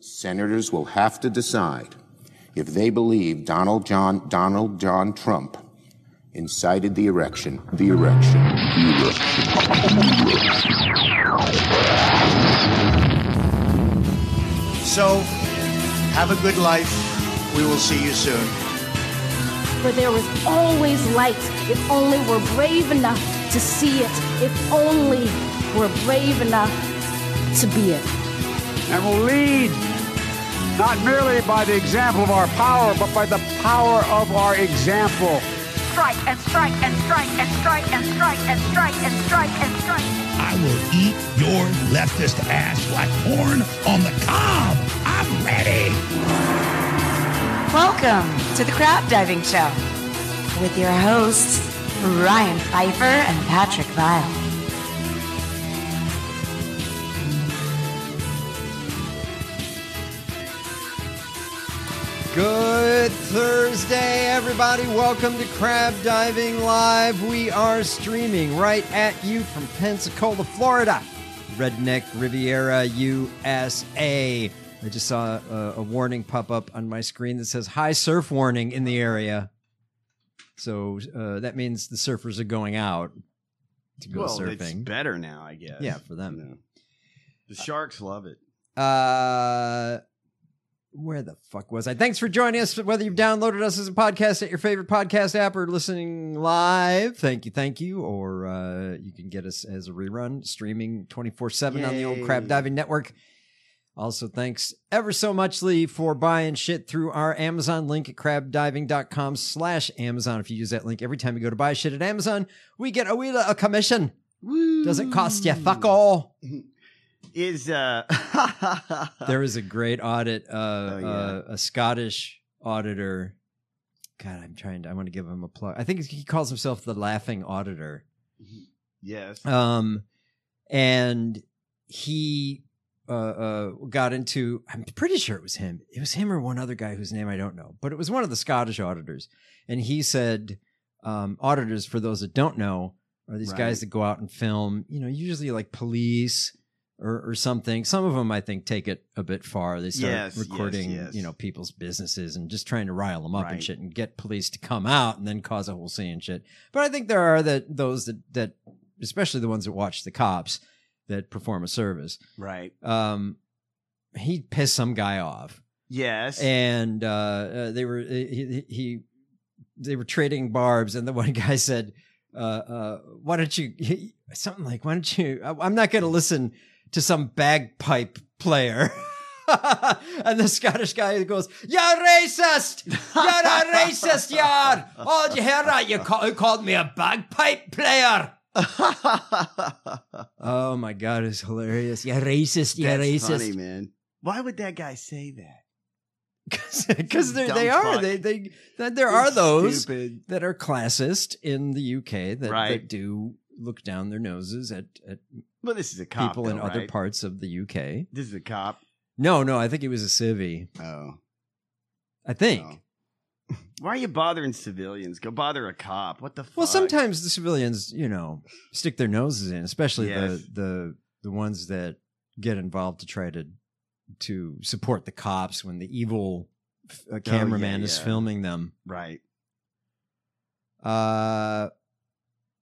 Senators will have to decide if they believe Donald John, Donald John Trump incited the erection, the erection, the erection. So, have a good life. We will see you soon. For there is always light if only we're brave enough to see it, if only we're brave enough to be it. and will lead not merely by the example of our power, but by the power of our example. strike and strike and strike and strike and strike and strike and strike and strike. I will eat your leftist ass like corn on the cob. I'm ready. Welcome to the Crab Diving Show with your hosts, Ryan Pfeiffer and Patrick Vile. Good Thursday, everybody. Welcome to Crab Diving Live. We are streaming right at you from Pensacola, Florida, Redneck Riviera, USA. I just saw uh, a, a warning pop up on my screen that says high surf warning in the area. So uh, that means the surfers are going out to go well, it's surfing. better now, I guess. Yeah, for them. No. The sharks love it. Uh, where the fuck was I? Thanks for joining us. Whether you've downloaded us as a podcast at your favorite podcast app or listening live, thank you, thank you. Or uh, you can get us as a rerun, streaming twenty four seven on the old Crab Yay. Diving Network. Also, thanks ever so much, Lee, for buying shit through our Amazon link at crabdiving.com slash Amazon. If you use that link every time you go to buy shit at Amazon, we get a wheeler a commission. Doesn't cost you fuck all. Is uh there was a great audit uh, yeah. uh, a scottish auditor god i'm trying to i want to give him a plug i think he calls himself the laughing auditor yes. um and he uh, uh got into i'm pretty sure it was him it was him or one other guy whose name i don't know but it was one of the scottish auditors and he said um auditors for those that don't know are these guys Right. that go out and film you know usually like police or, or something some of them i think take it a bit far they start Yes, yes, recording yes. you know people's businesses and just trying to rile them up and Right. shit and get police to come out and then cause a whole scene and shit but i think there are that those that that especially the ones that watch the cops that perform a service. Right. Uh, Um, he pissed some guy off, Yes. and uh, uh, they were he, he- he they were trading barbs, and the one guy said, uh, uh, "Why don't you something like Why don't you? I- I'm not going to listen to some bagpipe player." and the Scottish guy goes, "You're racist! You're a racist! You're! Oh, did you hear that? You ca- you called me a bagpipe player." Oh my god, it's hilarious. Yeah, racist. Yeah, That's funny, racist. man. Why would that guy say that? Because they Dumb they are fuck. they they that there are those Stupid. that are classist in the UK that, that Right. do look down their noses at at Well, this is a cop. people in though, other right? parts of the UK. This is a cop. No, no, I think it was a civvy. Oh. I think. oh. Why are you bothering civilians? Go bother a cop. What the fuck? Well, sometimes the civilians, you know, stick their noses in, especially Yes. the the the ones that get involved to try to to support the cops when the evil uh, cameraman is Oh, yeah. filming them. Right. Uh,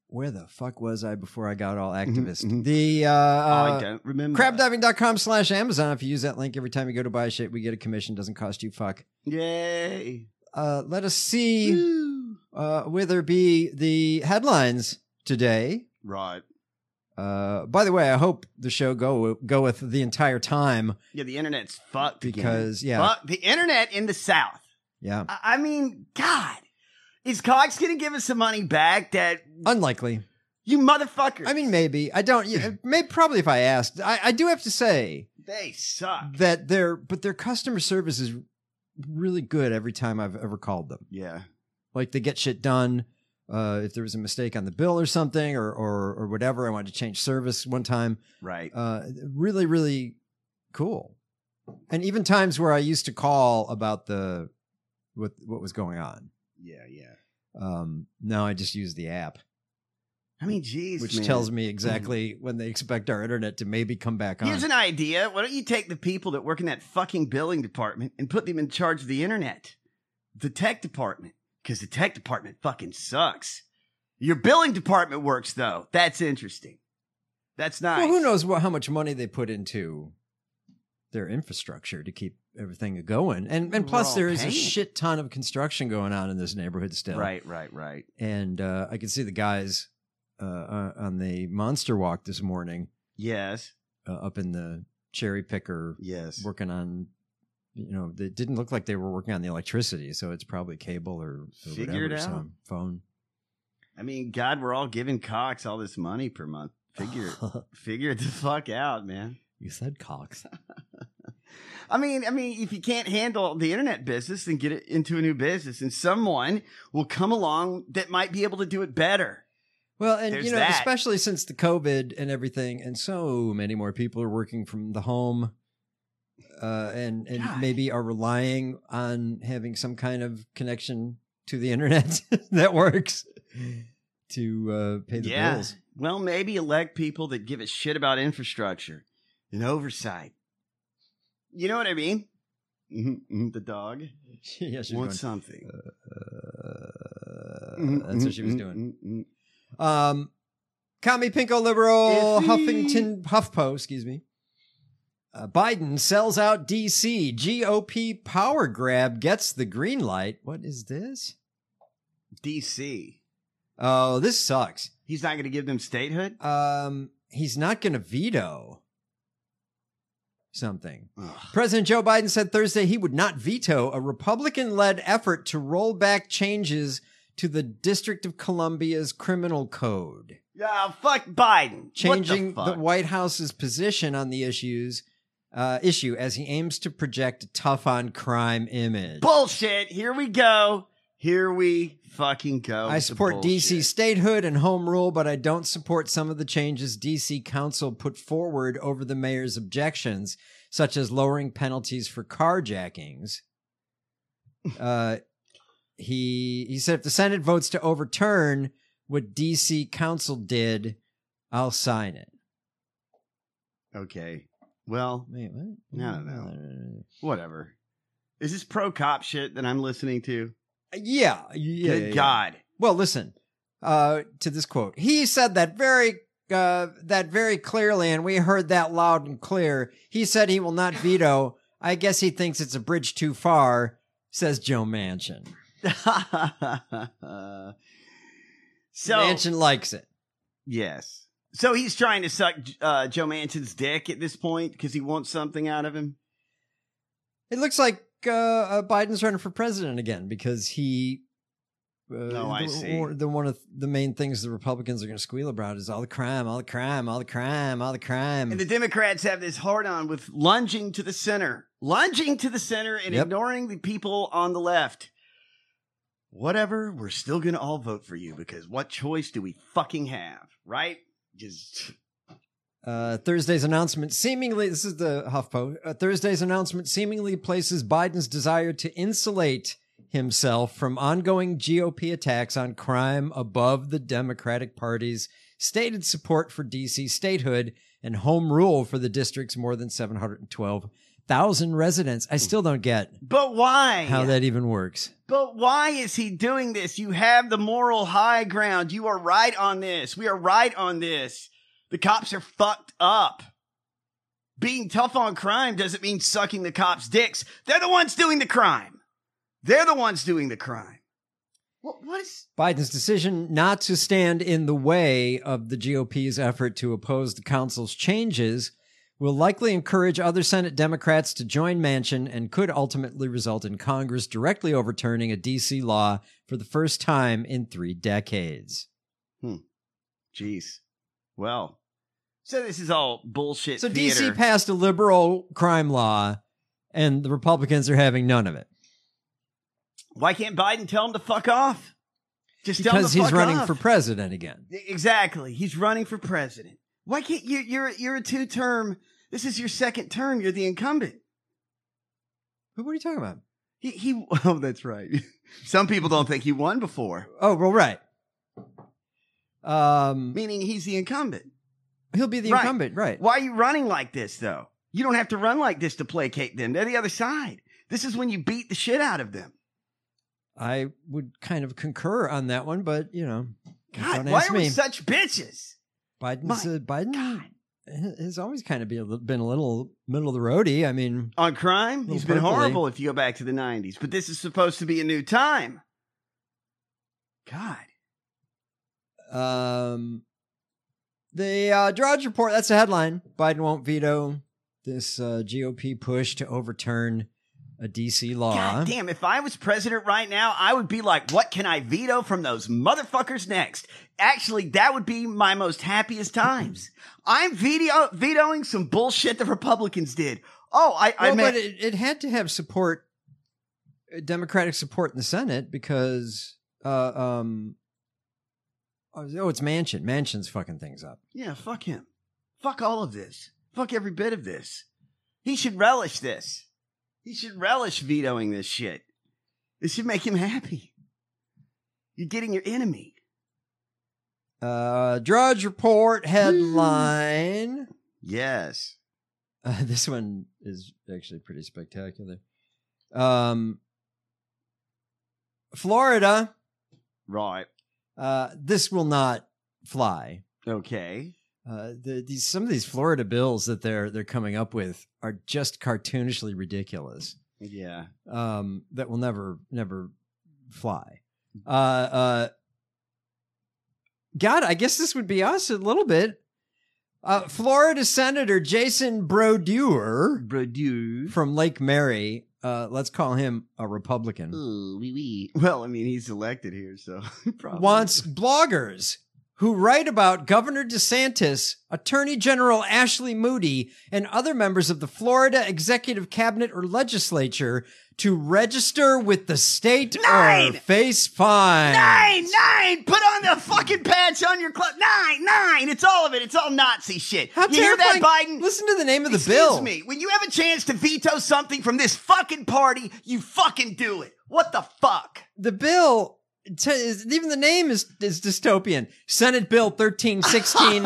where the fuck was I before I got all activist? mhm. The uh, Oh, I uh don't remember. crabdiving.com slash Amazon. If you use that link every time you go to buy shit, we get a commission. Doesn't cost you fuck. Yay. Uh, let us see uh, whither be the headlines today. Right. Uh, by the way, I hope the show go goeth the entire time. Yeah, the internet's fucked again. Because, yeah. Fuck the internet in the South. Yeah, I I mean, God, is Cox going to give us some money back? That unlikely. you motherfuckers. I mean, maybe I don't. yeah, May probably if I asked. I, I do have to say they suck. that their but their customer service is really good every time I've ever called them. Yeah, Like they get shit done. Uh, if there was a mistake on the bill or something or or or whatever, I wanted to change service one time. right. Uh, really, really cool. And even times where I used to call about the what what was going on. yeah, yeah. Um, now I just use the app. I mean, jeez. which man. Mm-hmm. tells me exactly when they expect our internet to maybe come back on. Here's an idea. Why don't you take the people that work in that fucking billing department and put them in charge of the internet? The tech department. Because the tech department fucking sucks. Your billing department works, though. That's interesting. That's nice. Well, who knows what, how much money they put into their infrastructure to keep everything going, and and We're plus all there is a paying. shit ton of construction going on in this neighborhood still. Right, right, right. and uh, I could see the guys uh, uh, on the Monster Walk this morning Yes, uh, up in the cherry picker yes. working on. You know, it didn't look like they were working on the electricity, so it's probably cable or, or Figure whatever, it out. some phone. I mean, God, we're all giving Cox all this money per month. Figure, figure it the fuck out, man. you said Cox. I mean, I mean, if you can't handle the internet business, then get it into a new business, and someone will come along that might be able to do it better. Well, and There's you know, that. especially since the COVID and everything, and so many more people are working from the home, uh, and and God. maybe are relying on having some kind of connection to the internet that works to uh, pay the Yeah. bills. Well, maybe elect people that give a shit about infrastructure and oversight. You know what I mean? Mhm, mhm, the dog yeah, she's going, wants something. uh, Mhm, that's what she was mhm, doing. mhm, mhm. Um, commie pinko liberal Iffy. Huffington HuffPo, excuse me. Uh, Biden sells out D.C. GOP power grab gets the green light. What is this? DC. Oh, this sucks. He's not going to give them statehood. Um, he's not going to veto something. Ugh. President Joe Biden said Thursday he would not veto a Republican led effort to roll back changes to the District of Columbia's criminal code. Yeah, fuck Biden. What the changing the, fuck? White House's position on the issues uh, issue as he aims to project a tough on crime image. bullshit. Here we go. Here we fucking go. with I the support DC bullshit. statehood and home rule, but I don't support some of the changes DC Council put forward over the mayor's objections, such as lowering penalties for carjackings. Uh, he he said if the Senate votes to overturn what DC Council did, I'll sign it. Okay. Well, Wait, what? No, no, whatever. Is this pro cop shit that I'm listening to? Yeah, yeah. Good yeah, yeah. God. Well, listen uh, to this quote. He said that very uh, that very clearly, and we heard that loud and clear. He said he will not veto. I guess he thinks it's a bridge too far. Says Joe Manchin. so Manchin likes it. yes. So he's trying to suck uh, Joe Manchin's dick at this point because he wants something out of him. It looks like uh, uh, Biden's running for president again because he. Uh, Oh, I the, see. or- the one of the main things the Republicans are going to squeal about is all the crime, all the crime, all the crime, all the crime. And the Democrats have this hard on with lunging to the center, lunging to the center and Yep. ignoring the people on the left. Whatever, we're still going to all vote for you because what choice do we fucking have, right? Just Uh, Thursday's announcement seemingly, this is the HuffPo, uh, Thursday's announcement seemingly places Biden's desire to insulate himself from ongoing GOP attacks on crime above the Democratic Party's stated support for D.C. statehood and home rule for the district's more than 712,000 residents. I still don't get But why? how that even works. but why is he doing this? You have the moral high ground. You are right on this. We are right on this. The cops are fucked up. Being tough on crime doesn't mean sucking the cops' dicks. They're the ones doing the crime. They're the ones doing the crime. What, what is Biden's decision not to stand in the way of the GOP's effort to oppose the council's changes will likely encourage other Senate Democrats to join Manchin and could ultimately result in Congress directly overturning a DC law for the first time in three decades. Jeez. Well, so this is all bullshit. So theater. DC passed a liberal crime law, and the Republicans are having none of it Why can't Biden tell him to fuck off? Just tell him because to he's fuck running off. for president again. Exactly. He's running for president. Why can't you? You're you're a two term. This is your second term. You're the incumbent. Who- What are you talking about? He, he oh, that's right. Some people don't think he won before. Oh, well, right. Uh, Um, meaning he's the incumbent. he'll be the Right. incumbent, right? Why are you running like this, though? You don't have to run like this to placate them. They're the other side. This is when you beat the shit out of them. I would kind of concur on that one, but you know, God, don't why ask are me. we such bitches? Biden's My uh, Biden has always kind of been a, li- been a little middle of the roady. I mean, On crime, Little he's been purpley. horrible if you go back to the 90s, but this is supposed to be a new time. God. um, the uh, Drudge report. That's the headline. Biden won't veto this uh, GOP push to overturn a DC law. God damn, if I was president right now, I would be like, what can I veto from those motherfuckers next? Actually, that would be my most happiest times. I'm veto- vetoing some bullshit the Republicans did. Oh, I, I Well, meant, but it, it had to have support, uh, Democratic support in the Senate because, uh, um, oh, oh, it's Mansion. Mansion's fucking things up. yeah, fuck him. Fuck all of this. Fuck every bit of this. He should relish this. He should relish vetoing this shit. This should make him happy. You're getting your enemy. Uh, Drudge Report headline. Yes. Uh, this one is actually pretty spectacular. Um, Florida, Right. uh, this will not fly. Okay. Uh, the, these some of these Florida bills that they're they're coming up with are just cartoonishly ridiculous. Yeah. um, that will never never fly. Uh, uh, God, I guess this would be us a little bit. Uh, Florida Senator Jason Brodeur Brodeur. from Lake Mary. Uh, let's call him a Republican. Ooh, wee wee. Well, I mean, he's elected here, so he probably Wants bloggers who write about Governor DeSantis, Attorney General Ashley Moody, and other members of the Florida Executive Cabinet or Legislature to register with the state Nine! or face fine. Nine, nine. Put on the fucking patch on your club. Nine, nine. It's all of it. It's all Nazi shit. How you hear that, terrifying- Biden? Listen to the name of the Excuse bill. me. When you have a chance to veto something from this fucking party, you fucking do it. What the fuck? The bill. t- is- even the name is, is dystopian. Senate Bill 1316.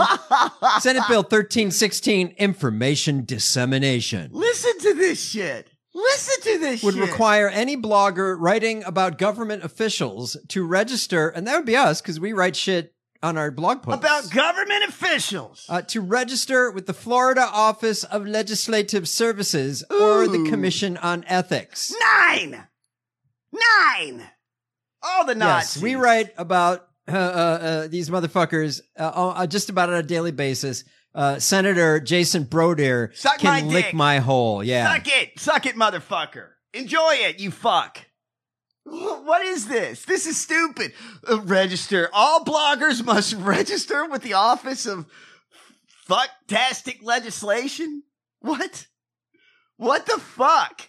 Senate Bill 1316, information dissemination, Listen to this shit. Listen to this would shit. require any blogger writing about government officials to register, and that would be us because we write shit on our blog posts. about government officials. uh, to register with the Florida Office of Legislative Services or the Commission on Ethics. nine. Nine. All the Nazis. Yes, we write about uh, uh, uh, these motherfuckers uh, uh, just about on a daily basis. Uh, Senator Jason Broder Suck can my lick dick. my hole. Yeah, Suck it. Suck it, motherfucker. Enjoy it, you fuck. Wh- What is this? This is stupid. Uh, register. All bloggers must register with the Office of Fucktastic Legislation? What? What the fuck?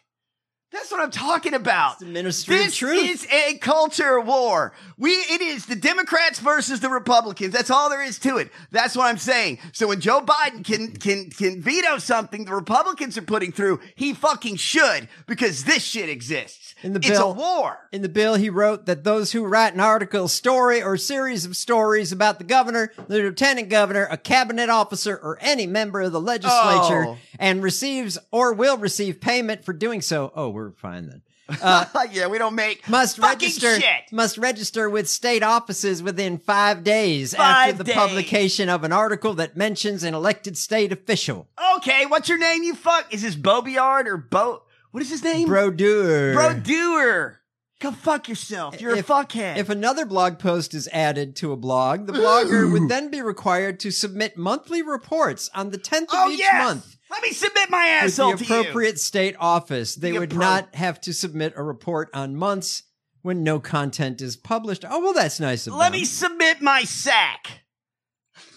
That's what I'm talking about. It's the ministry of This truth. is a culture war. We it is the Democrats versus the Republicans. That's all there is to it. That's what I'm saying. So when Joe Biden can can can veto something the Republicans are putting through, he fucking should because this shit exists. In the it's a bill- war. In the bill, he wrote that those who write an article, story, or series of stories about the governor, the lieutenant governor, a cabinet officer, or any member of the legislature, Oh. and receives or will receive payment for doing so. Oh, we're fine then. Uh, yeah, we don't make must fucking register shit. must register with state offices within five days Five after the days. publication of an article that mentions an elected state official. okay, what's your name? You fuck. Is this Bobiard or Bo? What is his name? Brodeur. Bro doer. Go fuck yourself. You're If- a fuckhead. If another blog post is added to a blog, the blogger would then be required to submit monthly reports on the 10th of oh each yes. month Let me submit my with asshole to the you. appropriate state office. They The would appro- not have to submit a report on months when no content is published. Oh, well, that's nice of Let them. me submit my sack.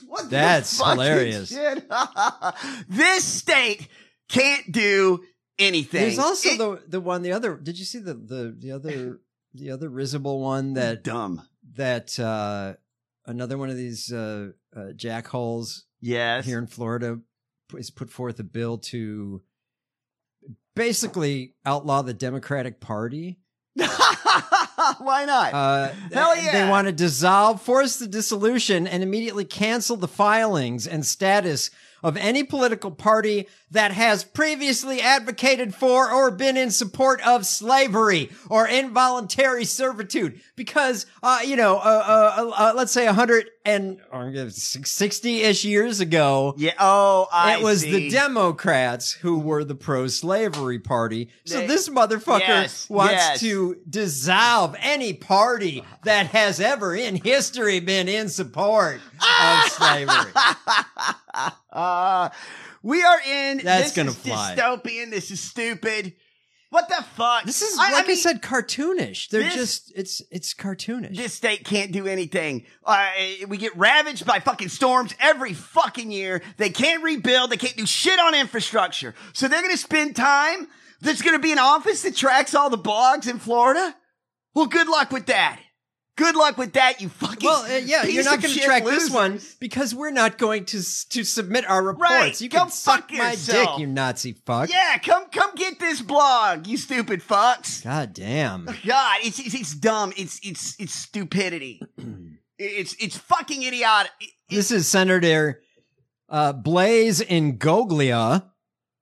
What the That's fucking hilarious. shit? this state can't do anything. There's also It- the the one the other. Did you see the the the other the other risible one that dumb. that uh another one of these uh, uh jackholes Yes. here in Florida is put forth a bill to basically outlaw the Democratic Party Why not? Uh, Hell th- yeah. They want to dissolve, force the dissolution, and immediately cancel the filings and status of any political party that has previously advocated for or been in support of slavery or involuntary servitude. Because, uh, you know, uh, uh, uh, uh, let's say 100 and or, uh, 60-ish years ago, yeah. Oh, I it was see. the Democrats who were the pro-slavery party. So They- this motherfucker Yes, wants yes. to dissolve any party that has ever in history been in support of slavery. Uh, we are in. That's this gonna is fly. Dystopian. This is stupid. What the fuck? This is I- I like I, mean, said, cartoonish. They're this- just it's it's cartoonish. This state can't do anything. Uh, we get ravaged by fucking storms every fucking year. They can't rebuild. They can't do shit on infrastructure. So they're going to spend time. There's going to be an office that tracks all the blogs in Florida. Well, good luck with that. Good luck with that, you fucking. well, uh, yeah, you're not going to track this one because we're not going to s- to submit our reports. Right, You go can suck fuck my yourself. dick, you Nazi fuck. Yeah, come come get this blog, you stupid fucks. God damn. God, it's it's, it's dumb. It's it's it's stupidity. it's it's fucking idiotic. This is Senator uh, Blaze Ingoglia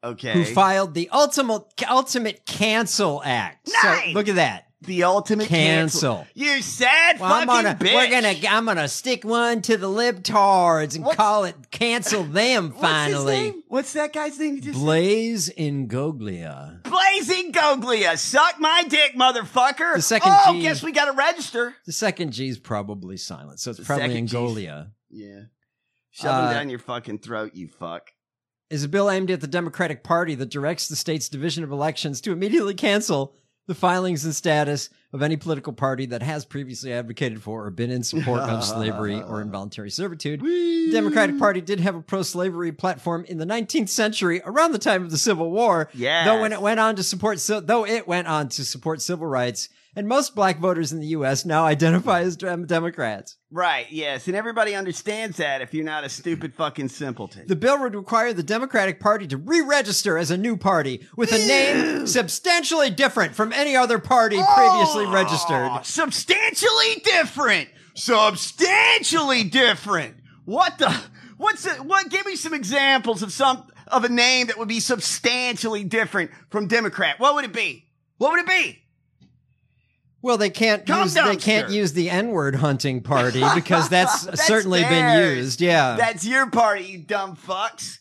Okay. who filed the ultimate ultimate cancel act. So Nice! look at that. the ultimate Cancel. You sad Well, I'm fucking gonna bitch. we're gonna I'm gonna stick one to the libtards and What's- call it cancel them What's his finally. name? What's that guy's name? You just Blaze Ingoglia. Blazing Goglia. Suck my dick, motherfucker. The second Oh, G. guess we gotta register. The second G's probably silent, so it's The probably second G's- Ingolia. Yeah. Shove Uh, him down your fucking throat, you fuck. Is a bill aimed at the Democratic Party that directs the state's Division of Elections to immediately cancel the filings and status of any political party that has previously advocated for or been in support of slavery or involuntary servitude. The Democratic Party did have a pro slavery platform in the 19th century around the time of the Civil War. Yes. Though when it went on to support so, though it went on to support civil rights and most black voters in the US now identify as dem- Democrats. Right, yes, and everybody understands that if you're not a stupid fucking simpleton. The bill would require the Democratic Party to re-register as a new party with a name substantially different from any other party previously registered. substantially different. Substantially different. What the? What's it? What? Give me some examples of some of a name that would be substantially different from Democrat. What would it be? What would it be? Well, they can't Come use, they dumpster. can't use the N-word hunting party because that's, That's certainly theirs. been used. Yeah. That's your party, you dumb fucks.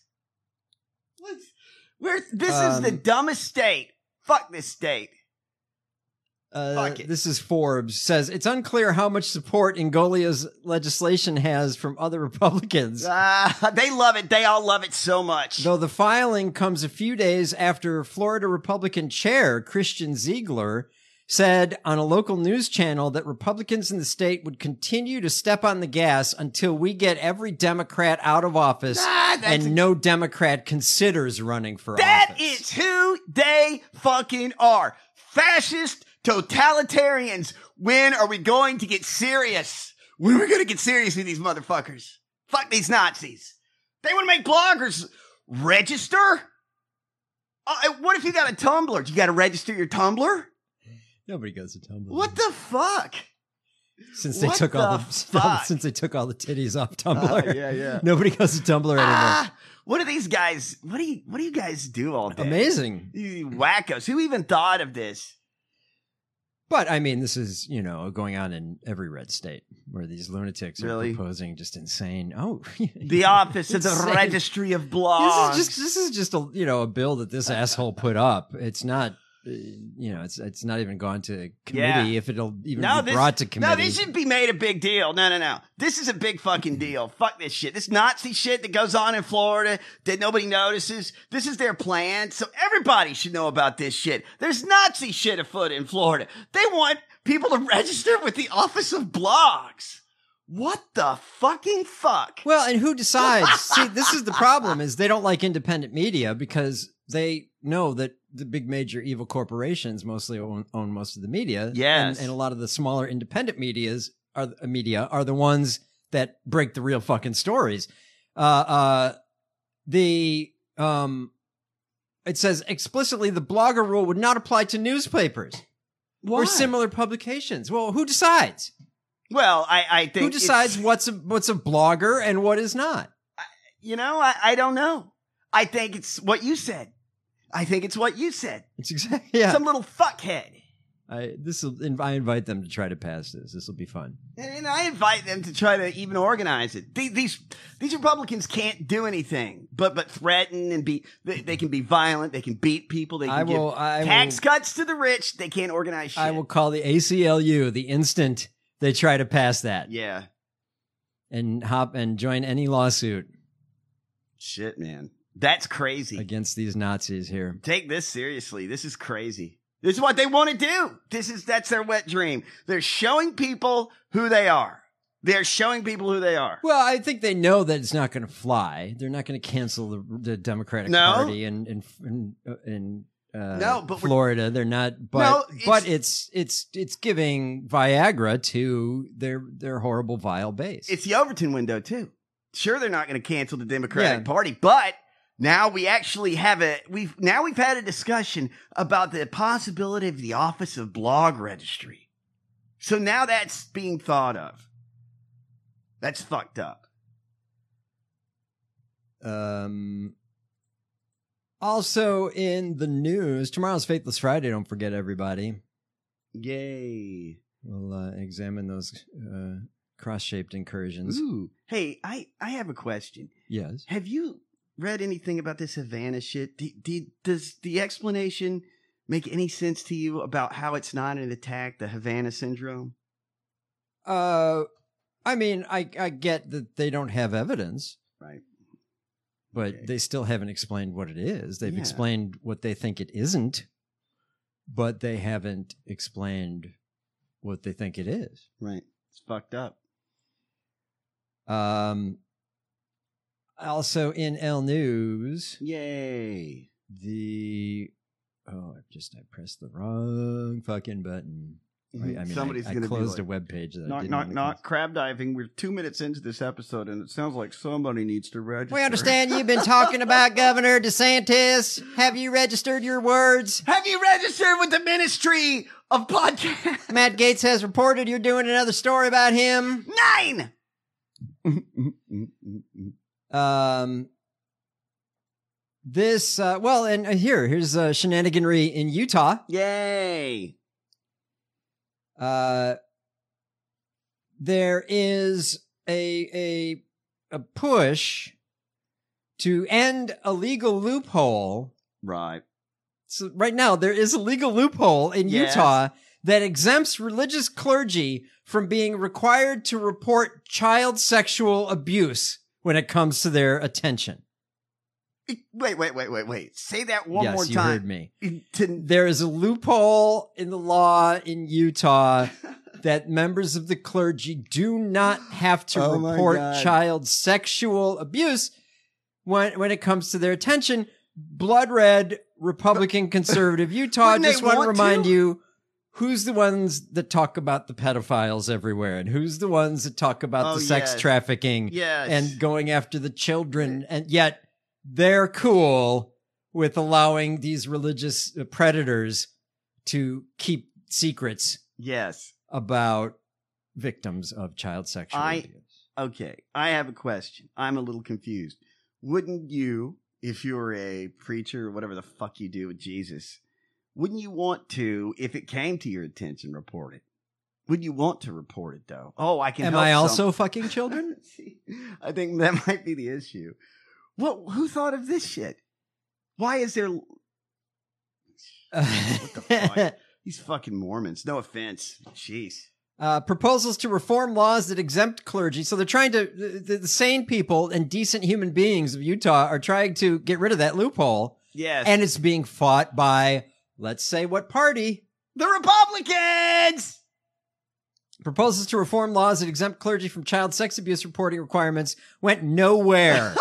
Let's, we're, this is the Um, dumbest state. Fuck this state. Uh, Fuck it. this is Forbes says it's unclear how much support Ingolia's legislation has from other Republicans. Ah, they love it. They all love it so much. Though the filing comes a few days after Florida Republican chair Christian Ziegler said on a local news channel that Republicans in the state would continue to step on the gas until we get every Democrat out of office Ah, that's and no Democrat considers running for That office. is who they fucking are. Fascist totalitarians. When are we going to get serious? When are we going to get serious with these motherfuckers? Fuck these Nazis. They want to make bloggers register? Uh, what if you got a Tumblr? Do you got to register your Tumblr? Nobody goes to Tumblr. What the fuck? Since they what took all the the fuck? Ah, since they took all the titties off Tumblr. yeah, yeah. Nobody goes to Tumblr anymore. Ah, what are these guys? What do you What do you guys do all day? Amazing. You wackos. Who even thought of this? But I mean, this is you know going on in every red state where these lunatics are Really? proposing just insane. Oh, The office of the Insane. registry of blogs. This is just this is just a you know a bill that this asshole put up. It's not uh, you know it's it's not even gone to committee if it'll even be brought to committee. No, this should be made a big deal. No, no, no. This is a big fucking deal. Fuck this shit. This Nazi shit that goes on in Florida that nobody notices. This is their plan. So everybody should know about this shit. There's Nazi shit afoot in Florida. They want people to register with the Office of Blogs. What the fucking fuck? well, and who decides? See, this is the problem: is they don't like independent media because they know that the big major evil corporations mostly own, own most of the media. Yes. and, and a lot of the smaller independent media's are uh, media are the ones that break the real fucking stories. Uh, uh, the um, it says explicitly the blogger rule would not apply to newspapers. Why? or similar publications. Well, who decides? Well, I, I think Who it's- decides what's a, what's a blogger and what is not? You know, I, I don't know. I think it's what you said. I think it's what you said. It's exactly yeah. Some little fuckhead. I this will I invite them to try to pass this. This will be fun. And, and I invite them to try to even organize it. These these, these Republicans can't do anything but but threaten and be. They, they can be violent. They can beat people. They can I will- give I tax will- cuts to the rich. They can't organize shit. I will call the ACLU the instant they try to pass that Yeah. and hop and join any lawsuit Shit, man. That's crazy. against these Nazis here. Take this seriously. This is crazy. This is what they want to do. This is that's their wet dream. They're showing people who they are. They're showing people who they are. Well, I think they know that it's not going to fly. They're not going to cancel the, the Democratic No. Party and in in, in uh, No, but we're- Florida. They're not. But No, it's- but it's it's it's giving Viagra to their their horrible vile base. It's the Overton window too. Sure, they're not going to cancel the Democratic Yeah. Party, but now we actually have a we've now we've had a discussion about the possibility of the Office of Blog Registry. So now that's being thought of. That's fucked up. Um, also in the news, tomorrow's Faithless Friday. Don't forget, everybody. Yay. We'll uh, examine those uh, cross-shaped incursions. Ooh. Hey, I I have a question. Yes. Have you read anything about this Havana shit? Do, do, does the explanation make any sense to you about how it's not an attack, the Havana syndrome? Uh, I mean, I I get that they don't have evidence, Right. but Okay. they still haven't explained what it is. They've Yeah. explained what they think it isn't, but they haven't explained what they think it is. Right. It's fucked up. Um. Also in L News, Yay. the oh i just i pressed the wrong fucking button i, I mean I- Mm-hmm. Somebody's i, gonna be closed like, a web page that I Knock, didn't knock, even knock. close." Crab diving. We're two minutes into this episode, and it sounds like somebody needs to register. we understand you've been talking about governor desantis have you registered your words Have you registered with the Ministry of Podcast? matt gates has reported you're doing another story about him Nine. um this uh well and uh, here here's uh shenaniganry in utah Yay. Uh, there is a a a push to end a legal loophole. Right. So right now, there is a legal loophole in Yes. Utah that exempts religious clergy from being required to report child sexual abuse when it comes to their attention. Wait, wait, wait, wait, wait. Say that one yes, more you time. heard me. To- there is a loophole in the law in Utah that members of the clergy do not have to Oh my report God. child sexual abuse when when it comes to their attention. Blood red Republican conservative Utah. Wouldn't they Just want to want remind to? you who's the ones that talk about the pedophiles everywhere and who's the ones that talk about Oh, the sex yes. trafficking Yes. and going after the children and yet they're cool with allowing these religious uh, predators to keep secrets yes. about victims of child sexual I- abuse. Okay. I have a question. I'm a little confused. Wouldn't you, if you were a preacher or whatever the fuck you do with Jesus, wouldn't you want to, if it came to your attention, report it? Would you want to report it though? Oh, I can. Am help I some- also fucking children? See, I think that might be the issue. What? Who thought of this shit? Why is there the fuck? these fucking Mormons? No offense. Jeez. uh, proposals to reform laws that exempt clergy. So they're trying to, the, the sane people and decent human beings of Utah are trying to get rid of that loophole. Yes. And it's being fought by, let's say, what party? the Republicans. Proposals to reform laws that exempt clergy from child sex abuse reporting requirements went nowhere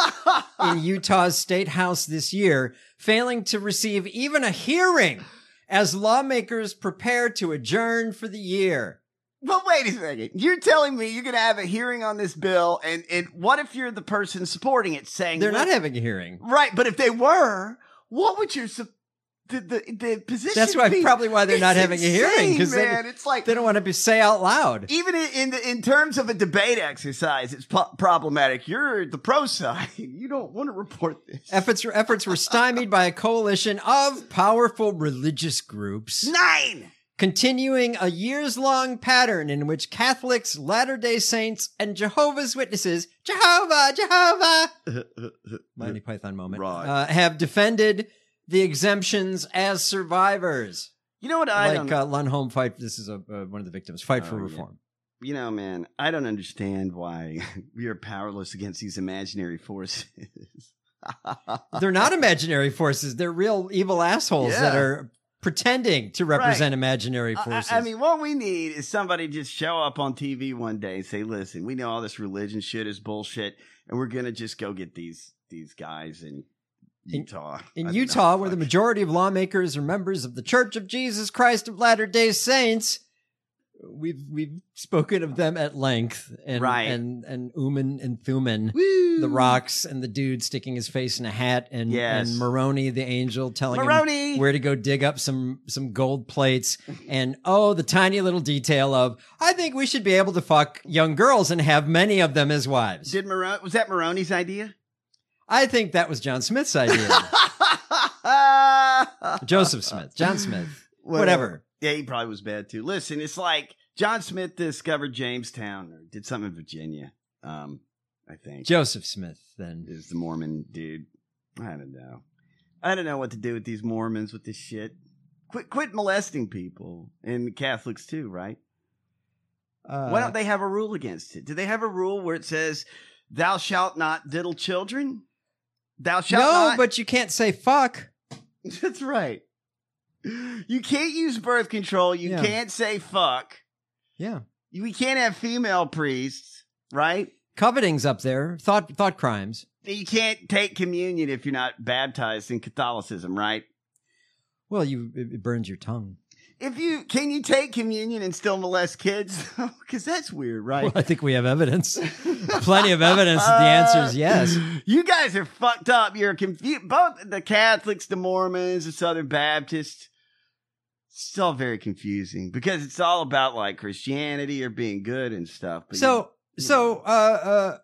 in Utah's state house this year, failing to receive even a hearing as lawmakers prepare to adjourn for the year. But wait a second. You're telling me you're going to have a hearing on this bill, and, and what if you're the person supporting it saying They're not "Look-" having a hearing. right? But if they were, what would your su- the the, the position. That's why being- probably why they're not it's having a hearing insane, because they, man. it's like they don't want to be say out loud. even in in, the, in terms of a debate exercise, it's po- problematic. You're the pro side. You don't want to report this. Efforts efforts were stymied by a coalition of powerful religious groups. Nine. continuing a years long pattern in which Catholics, Latter day Saints, and Jehovah's Witnesses, Jehovah, Jehovah, Monty Python moment, Right. uh, have defended the exemptions as survivors. You know what I don't. like uh, Lundholm, fight. This is a, uh, one of the victims. Fight for Oh, yeah. reform. you know, man, I don't understand why we are powerless against these imaginary forces. They're not imaginary forces. They're real evil assholes that Yeah. are pretending to represent imaginary I- forces. I, I mean, what we need is somebody just show up on TV one day and say, "Listen, we know all this religion shit is bullshit, and we're gonna just go get these these guys in In- Utah." I In don't Utah, know, where the fuck. majority of lawmakers are members of the Church of Jesus Christ of Latter Day Saints, we've we've spoken of them at length, and Right. and and Uman and Thuman, Woo! the rocks, and the dude sticking his face in a hat, and Yes. and Maroney the angel telling Maroney! him where to go dig up some some gold plates, and oh, the tiny little detail of I think we should be able to fuck young girls and have many of them as wives. Did Maroney was that Maroney's idea? I think that was John Smith's idea, Joseph Smith, John Smith, Well, whatever. Yeah, he probably was bad too. Listen, it's like John Smith discovered Jamestown or did something in Virginia. Um, I think Joseph Smith, then. is the Mormon dude. I don't know. I don't know what to do with these Mormons with this shit. Quit, quit molesting people and the Catholics too, right? Uh, Why don't they have a rule against it? Do they have a rule where it says, "Thou shalt not diddle children"? Thou No, shalt not. but you can't say fuck. That's right. You can't use birth control. You Yeah. can't say fuck. Yeah. You- We can't have female priests, right? Coveting's up there. Thought thought crimes. You can't take communion if you're not baptized in Catholicism, right? Well, you it, it burns your tongue. If you can you take communion and still molest kids? Cuz that's weird, right? Well, I think we have evidence. Plenty of evidence that the answer is yes. You guys are fucked up. You're confused. Both the Catholics, the Mormons, the Southern Baptists. It's all very confusing because it's all about like Christianity or being good and stuff. but you- So so uh uh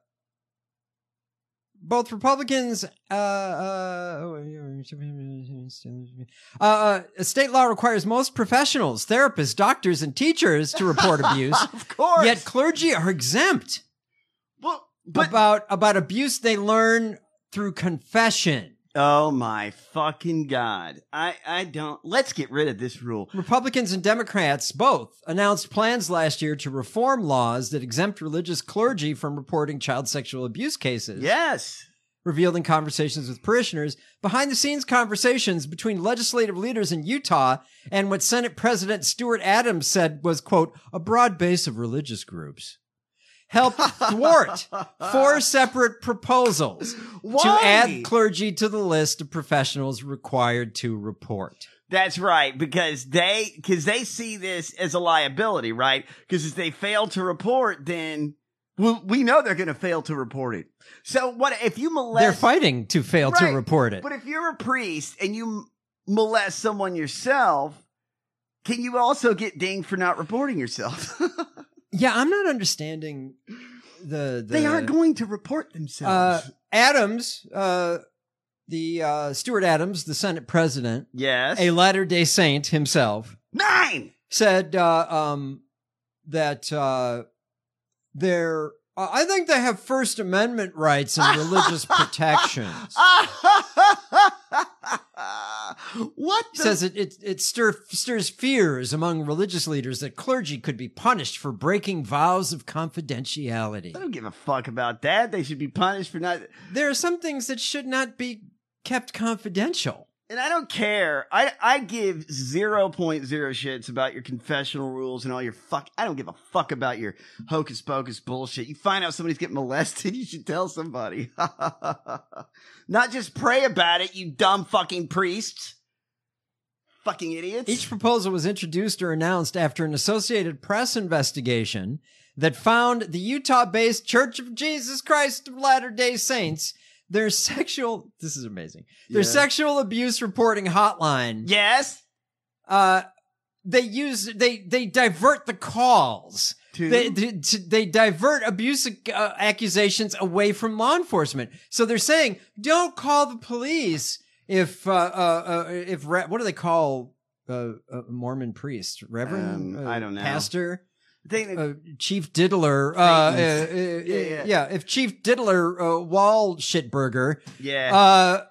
both Republicans, uh, uh, uh, state law requires most professionals, therapists, doctors, and teachers to report abuse. of course. Yet clergy are exempt. well, but about about abuse they learn through confession. oh my fucking god! I I don't. Let's get rid of this rule. Republicans and Democrats both announced plans last year to reform laws that exempt religious clergy from reporting child sexual abuse cases. Yes. Revealed in conversations with parishioners, behind the scenes conversations between legislative leaders in Utah and what Senate President Stuart Adams said was, quote, a broad base of religious groups helped thwart four separate proposals Why? to add clergy to the list of professionals required to report. That's right, because they because they see this as a liability, right? Because if they fail to report, then well, we know they're going to fail to report it. So what if you molest? They're fighting to fail Right. to report it. But if you're a priest and you m- molest someone yourself, can you also get dinged for not reporting yourself? yeah, I'm not understanding the. the they aren't going to report Uh, themselves. Adams, uh, the uh, Stuart Adams, the Senate president, yes, a Latter Day Saint himself, nine. said uh, um, that uh, they're. I think they have First Amendment rights and religious protections. what the says it it, it stir, stirs fears among religious leaders that clergy could be punished for breaking vows of I confidentiality. don't give a fuck about that. They should be punished for not. There are some things that should not be kept confidential. And I don't care. I I give 0.0 shits about your confessional rules and all your fuck. I don't give a fuck about your hocus pocus bullshit. You find out somebody's getting molested, you should tell somebody. not just pray about it, you dumb fucking priests. Fucking idiots. Each proposal was introduced or announced after an Associated Press investigation that found the Utah based Church of Jesus Christ of Latter day Saints Their sexual this is amazing. Their sexual abuse reporting hotline. Yes. Uh they use they they divert the calls. To- They, they they divert abuse uh, accusations away from law enforcement. So they're saying, don't call the police if uh, uh, uh if re- what do they call uh, uh, Mormon priest, reverend, Um, uh, I don't know. pastor They- uh, Chief Diddler. Uh, uh, uh, yeah. yeah, if Chief Diddler uh, Wall Shitburger yeah. uh,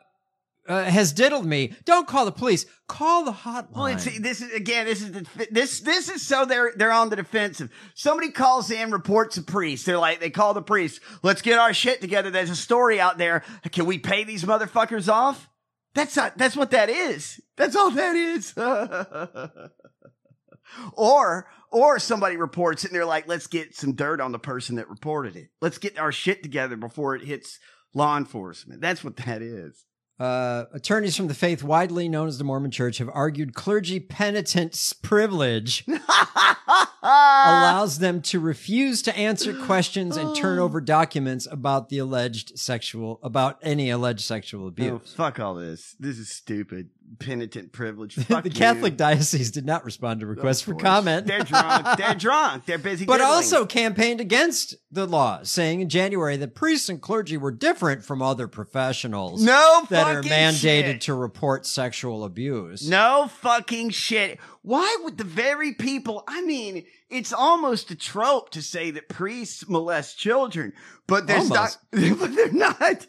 uh, has diddled me, don't call the police. Call the hotline. Well, it's, this is again. This is the, this this is so they're they're on the defensive. Somebody calls in, reports a priest. They're like they call the priest. Let's get our shit together. There's a story out there. Can we pay these motherfuckers off? That's not. That's what that is. That's all that is. or or somebody reports it and they're like, let's get some dirt on the person that reported it. Let's get our shit together before it hits law enforcement. That's what that is. uh, attorneys from the faith widely known as the Mormon Church have argued clergy penitents' privilege Ah! allows them to refuse to answer questions and turn over documents about the alleged sexual about any alleged sexual abuse. Oh, fuck all this. This is stupid. Penitent privilege. Fuck the you. Catholic diocese did not respond to requests for Of course. comment. They're drunk. They're drunk. They're busy. but diddling. also campaigned against the law, saying in January that priests and clergy were different from other professionals no that are fucking mandated shit. to report sexual abuse. No fucking shit. Why would the very people? I mean, it's almost a trope to say that priests molest children, but there's Almost. not. But they're not.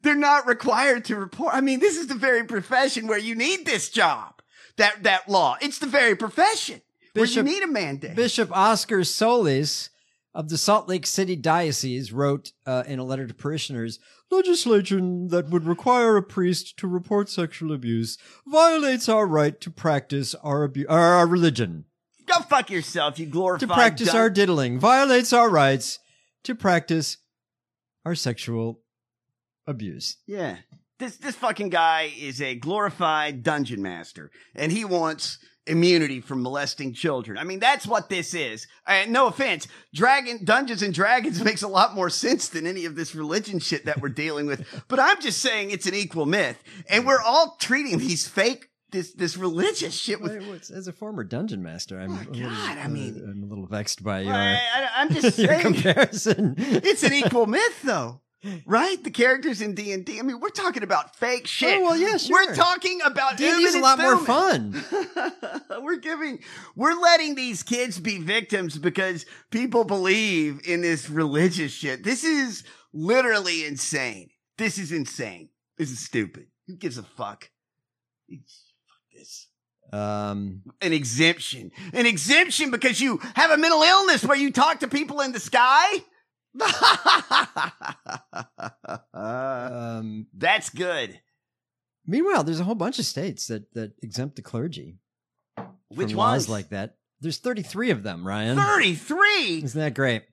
They're not required to report. I mean, this is the very profession where you need this job. That that law. It's the very profession Bishop- where you need a mandate. Bishop Oscar Solis of the Salt Lake City Diocese wrote uh, in a letter to parishioners legislation that would require a priest to report sexual abuse violates our right to practice our, abu- our, our religion. Go fuck yourself, you glorified. to practice dunk. our diddling violates our rights to practice our sexual abuse. Yeah. This this fucking guy is a glorified dungeon master, and he wants immunity from molesting children. I mean, that's what this is. And no offense, Dragon Dungeons and Dragons makes a lot more sense than any of this religion shit that we're dealing with. But I'm just saying it's an equal myth, and we're all treating these fake this this religious shit with. Well, it's- As a former dungeon master, I'm a little, Oh God, I uh, mean- I'm a little vexed by your, uh, I, am just your saying. comparison. it's an equal myth though right the characters in d&d i mean we're talking about fake shit Oh, well, yeah, we're sure. talking about D&D is a Uman lot and Thuman. more fun. we're giving we're letting these kids be victims because people believe in this religious shit this is literally insane this is insane this is stupid who gives a fuck fuck this Um, an exemption. An exemption because you have a mental illness where you talk to people in the sky? um, That's good. meanwhile, there's a whole bunch of states that, that exempt the clergy Which ones? from laws like that. There's 33 of them, Ryan. 33. Isn't that great?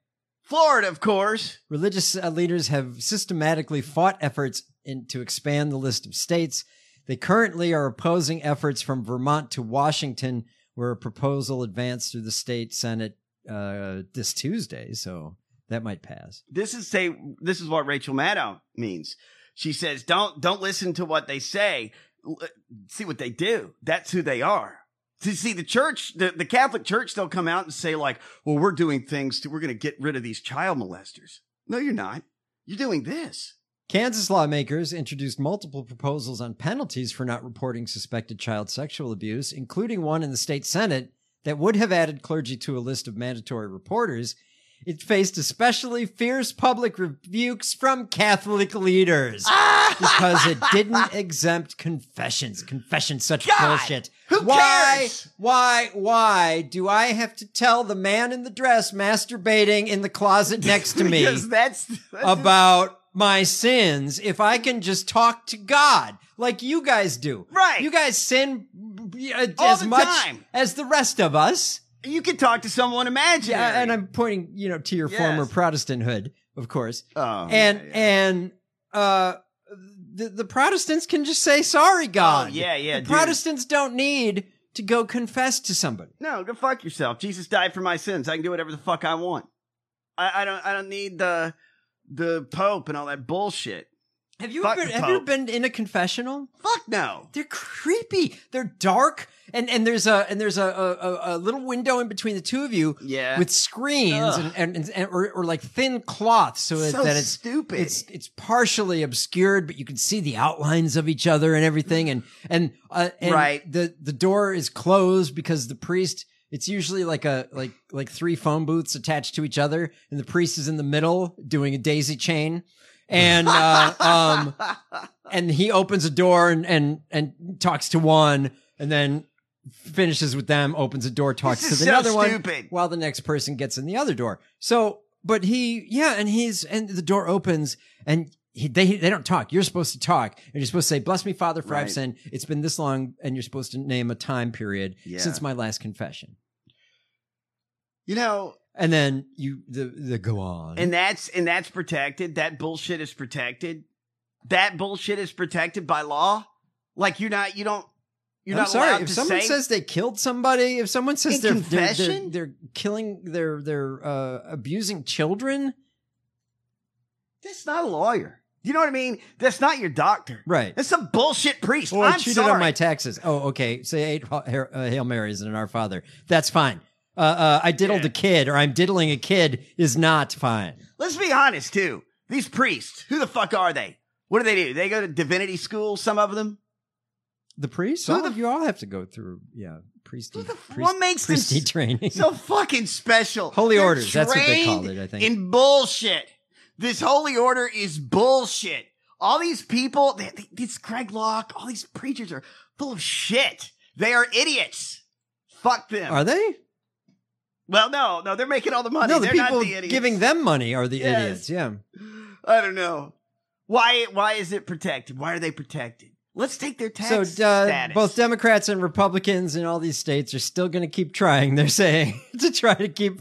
Florida, of course. Religious uh, leaders have systematically fought efforts in, to expand the list of states. They currently are opposing efforts from Vermont to Washington, where a proposal advanced through the state senate uh, this Tuesday. So that might pass. This is say this is what Rachel Maddow means. She says, "Don't don't listen to what they say. L- uh, See what they do. That's who they are." To see the church, the, the Catholic Church, they'll come out and say like, "Well, we're doing things. To, we're going to get rid of these child molesters." No, you're not. You're doing this. Kansas lawmakers introduced multiple proposals on penalties for not reporting suspected child sexual abuse, including one in the state Senate that would have added clergy to a list of mandatory reporters. It faced especially fierce public rebukes from Catholic leaders because it didn't exempt confessions. Confessions, such bullshit. Who why, cares? Why, why do I have to tell the man in the dress masturbating in the closet next to me? Because that's, that's about my sins if I can just talk to God like you guys do. Right. You guys sin b- uh, All as the much time. as the rest of us. you can talk to someone imagine. Yeah, and I'm pointing, you know, to your Yes. former Protestanthood, of course. oh, and yeah, yeah. and uh the, the Protestants can just say sorry, God. Oh, yeah, yeah, The dude. Protestants don't need to go confess to somebody. No, go fuck yourself. Jesus died for my sins. I can do whatever the fuck I want. I, I don't. I don't need the the Pope and all that bullshit. Have you Fuck ever the have you Pope. been in a confessional? Fuck no. They're creepy. They're dark, and and there's a and there's a a, a- a little window in between the two of you, Yeah. with screens and and, and, and or, or like thin cloth, so, it- So that it's stupid. It's it's partially obscured, but you can see the outlines of each other and everything, and and, uh, and Right. The the door is closed because the priest. It's usually like a like like three phone booths attached to each other, and the priest is in the middle doing a daisy chain, and uh, um and he opens a door and and and talks to one and then finishes with them opens a door talks This to is the so other one stupid. while the next person gets in the other door so but he yeah and he's and the door opens and he, they they don't talk you're supposed to talk and you're supposed to say bless me father for i've Right. sinned it's been this long and you're supposed to name a time period Yeah. since my last confession You know, and then you the the go on and that's and that's protected. That bullshit is protected. That bullshit is protected by law. Like you're not you don't you're I'm not allowed sorry. If to someone say says they killed somebody, if someone says In they're, they're, they're confession? they're killing, they're they're uh, abusing children, that's not a lawyer. You know what I mean? That's not your doctor. Right. That's a bullshit priest. or I Oh, I'm cheated sorry. on my taxes. Oh, okay. Say eight Ha- Hail uh, Hail Marys and an Our Father. That's fine. Uh, uh, I diddled a kid, or I'm diddling a kid is not fine. Let's be honest too. These priests, who the fuck are they? What do they do? They go to divinity school, some of them. The priest, Who all the of you all have to go through, yeah, priest. Who the f- priest, what makes them priesty s- training? so fucking special. Holy They're orders, that's what they call trained it, I think. In bullshit. This holy order is bullshit. All these people, they, they, this Greg Locke, all these preachers are full of shit. They are idiots. Fuck them. Are they? well, no, no, they're making all the money. No, the they're people not the idiots. giving them money are the Yes. idiots. Yeah. I don't know. Why? Why is it protected? Why are they protected? Let's take their tax So uh, status. both Democrats and Republicans in all these states are still going to keep trying. They're saying to try to keep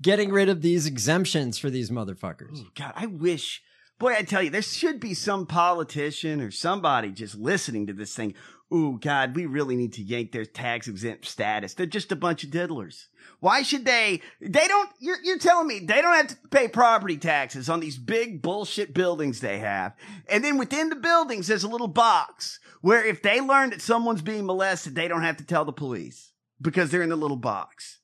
getting rid of these exemptions for these motherfuckers. God, I wish. Boy, I tell you, there should be some politician or somebody just listening to this thing. Ooh, God, we really need to yank their tax exempt status. They're just a bunch of diddlers. Why should they? They don't, you're, you're telling me they don't have to pay property taxes on these big bullshit buildings they have. And then within the buildings, there's a little box where if they learn that someone's being molested, they don't have to tell the police because they're in the little box.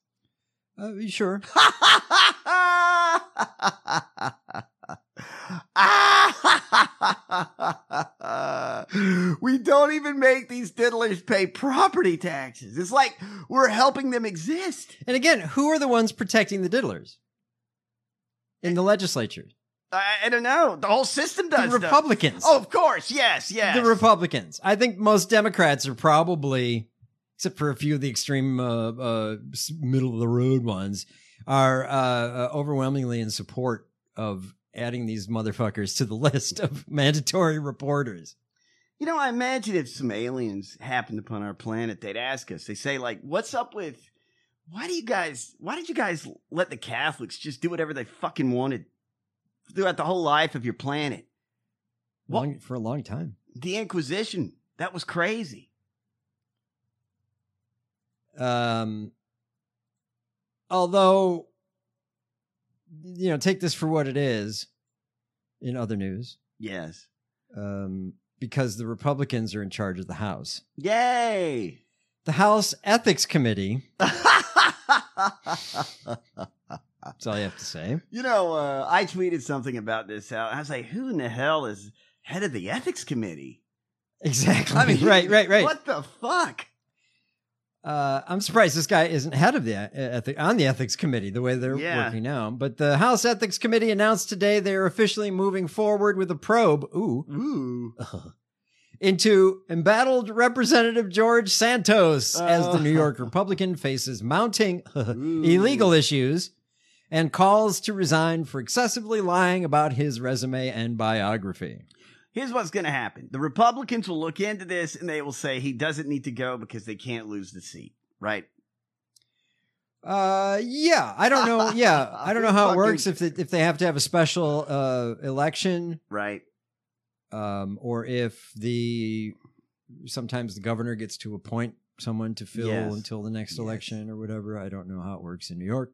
Uh, you sure. we don't even make these diddlers pay property taxes. It's like we're helping them exist. And again, who are the ones protecting the diddlers in the legislature? I, I don't know. The whole system does. The though. Republicans. Oh, of course. Yes, yes. the Republicans. I think most Democrats are probably, except for a few of the extreme uh, uh, s- middle of the road ones, are uh, uh, overwhelmingly in support of adding these motherfuckers to the list of mandatory reporters. You know, I imagine if some aliens happened upon our planet, they'd ask us. They say, like, "What's up with? Why do you guys? Why did you guys let the Catholics just do whatever they fucking wanted throughout the whole life of your planet? What- Long, for a long time. The Inquisition? That was crazy. Um, although, you know, take this for what it is. In other news, Yes. um, because the Republicans are in charge of the House. Yay! The House Ethics Committee. That's all you have to say. you know, uh, I tweeted something about this out. I was like, "Who in the hell is head of the Ethics Committee?" Exactly. I mean, right, right, right. What the fuck? Uh, I'm surprised this guy isn't head of the uh, ethic on the ethics committee the way they're Yeah. working now. But the House Ethics Committee announced today they are officially moving forward with a probe. Ooh, Ooh. into embattled Representative George Santos as the Oh. New York Republican faces mounting illegal issues and calls to resign for excessively lying about his resume and biography. Here's what's going to happen the Republicans will look into this and they will say he doesn't need to go because they can't lose the seat, right? Uh, yeah, I don't know. Yeah, I don't know how it Fucking- works if they, if they have to have a special uh election, Right. um, or if the sometimes the governor gets to appoint someone to fill Yes. until the Yes. next election or whatever. I don't know how it works in New York.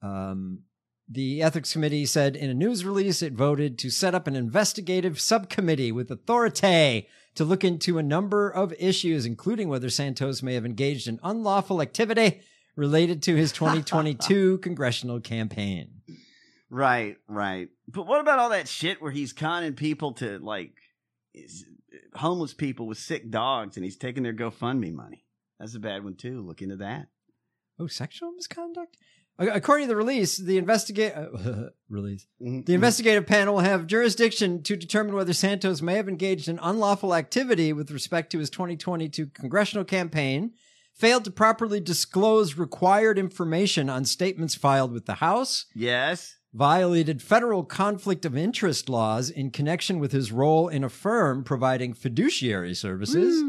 Um, The ethics committee said in a news release it voted to set up an investigative subcommittee with authority to look into a number of issues, including whether Santos may have engaged in unlawful activity related to his 2022 congressional campaign. Right, right. But what about all that shit where he's conning people to like is- homeless people with sick dogs and he's taking their GoFundMe money? That's a bad one too. Look into that. Oh, sexual misconduct? A- According to the release, the investigate release the investigative panel will have jurisdiction to determine whether Santos may have engaged in unlawful activity with respect to his 2022 congressional campaign, failed to properly disclose required information on statements filed with the House, Yes. violated federal conflict of interest laws in connection with his role in a firm providing fiduciary services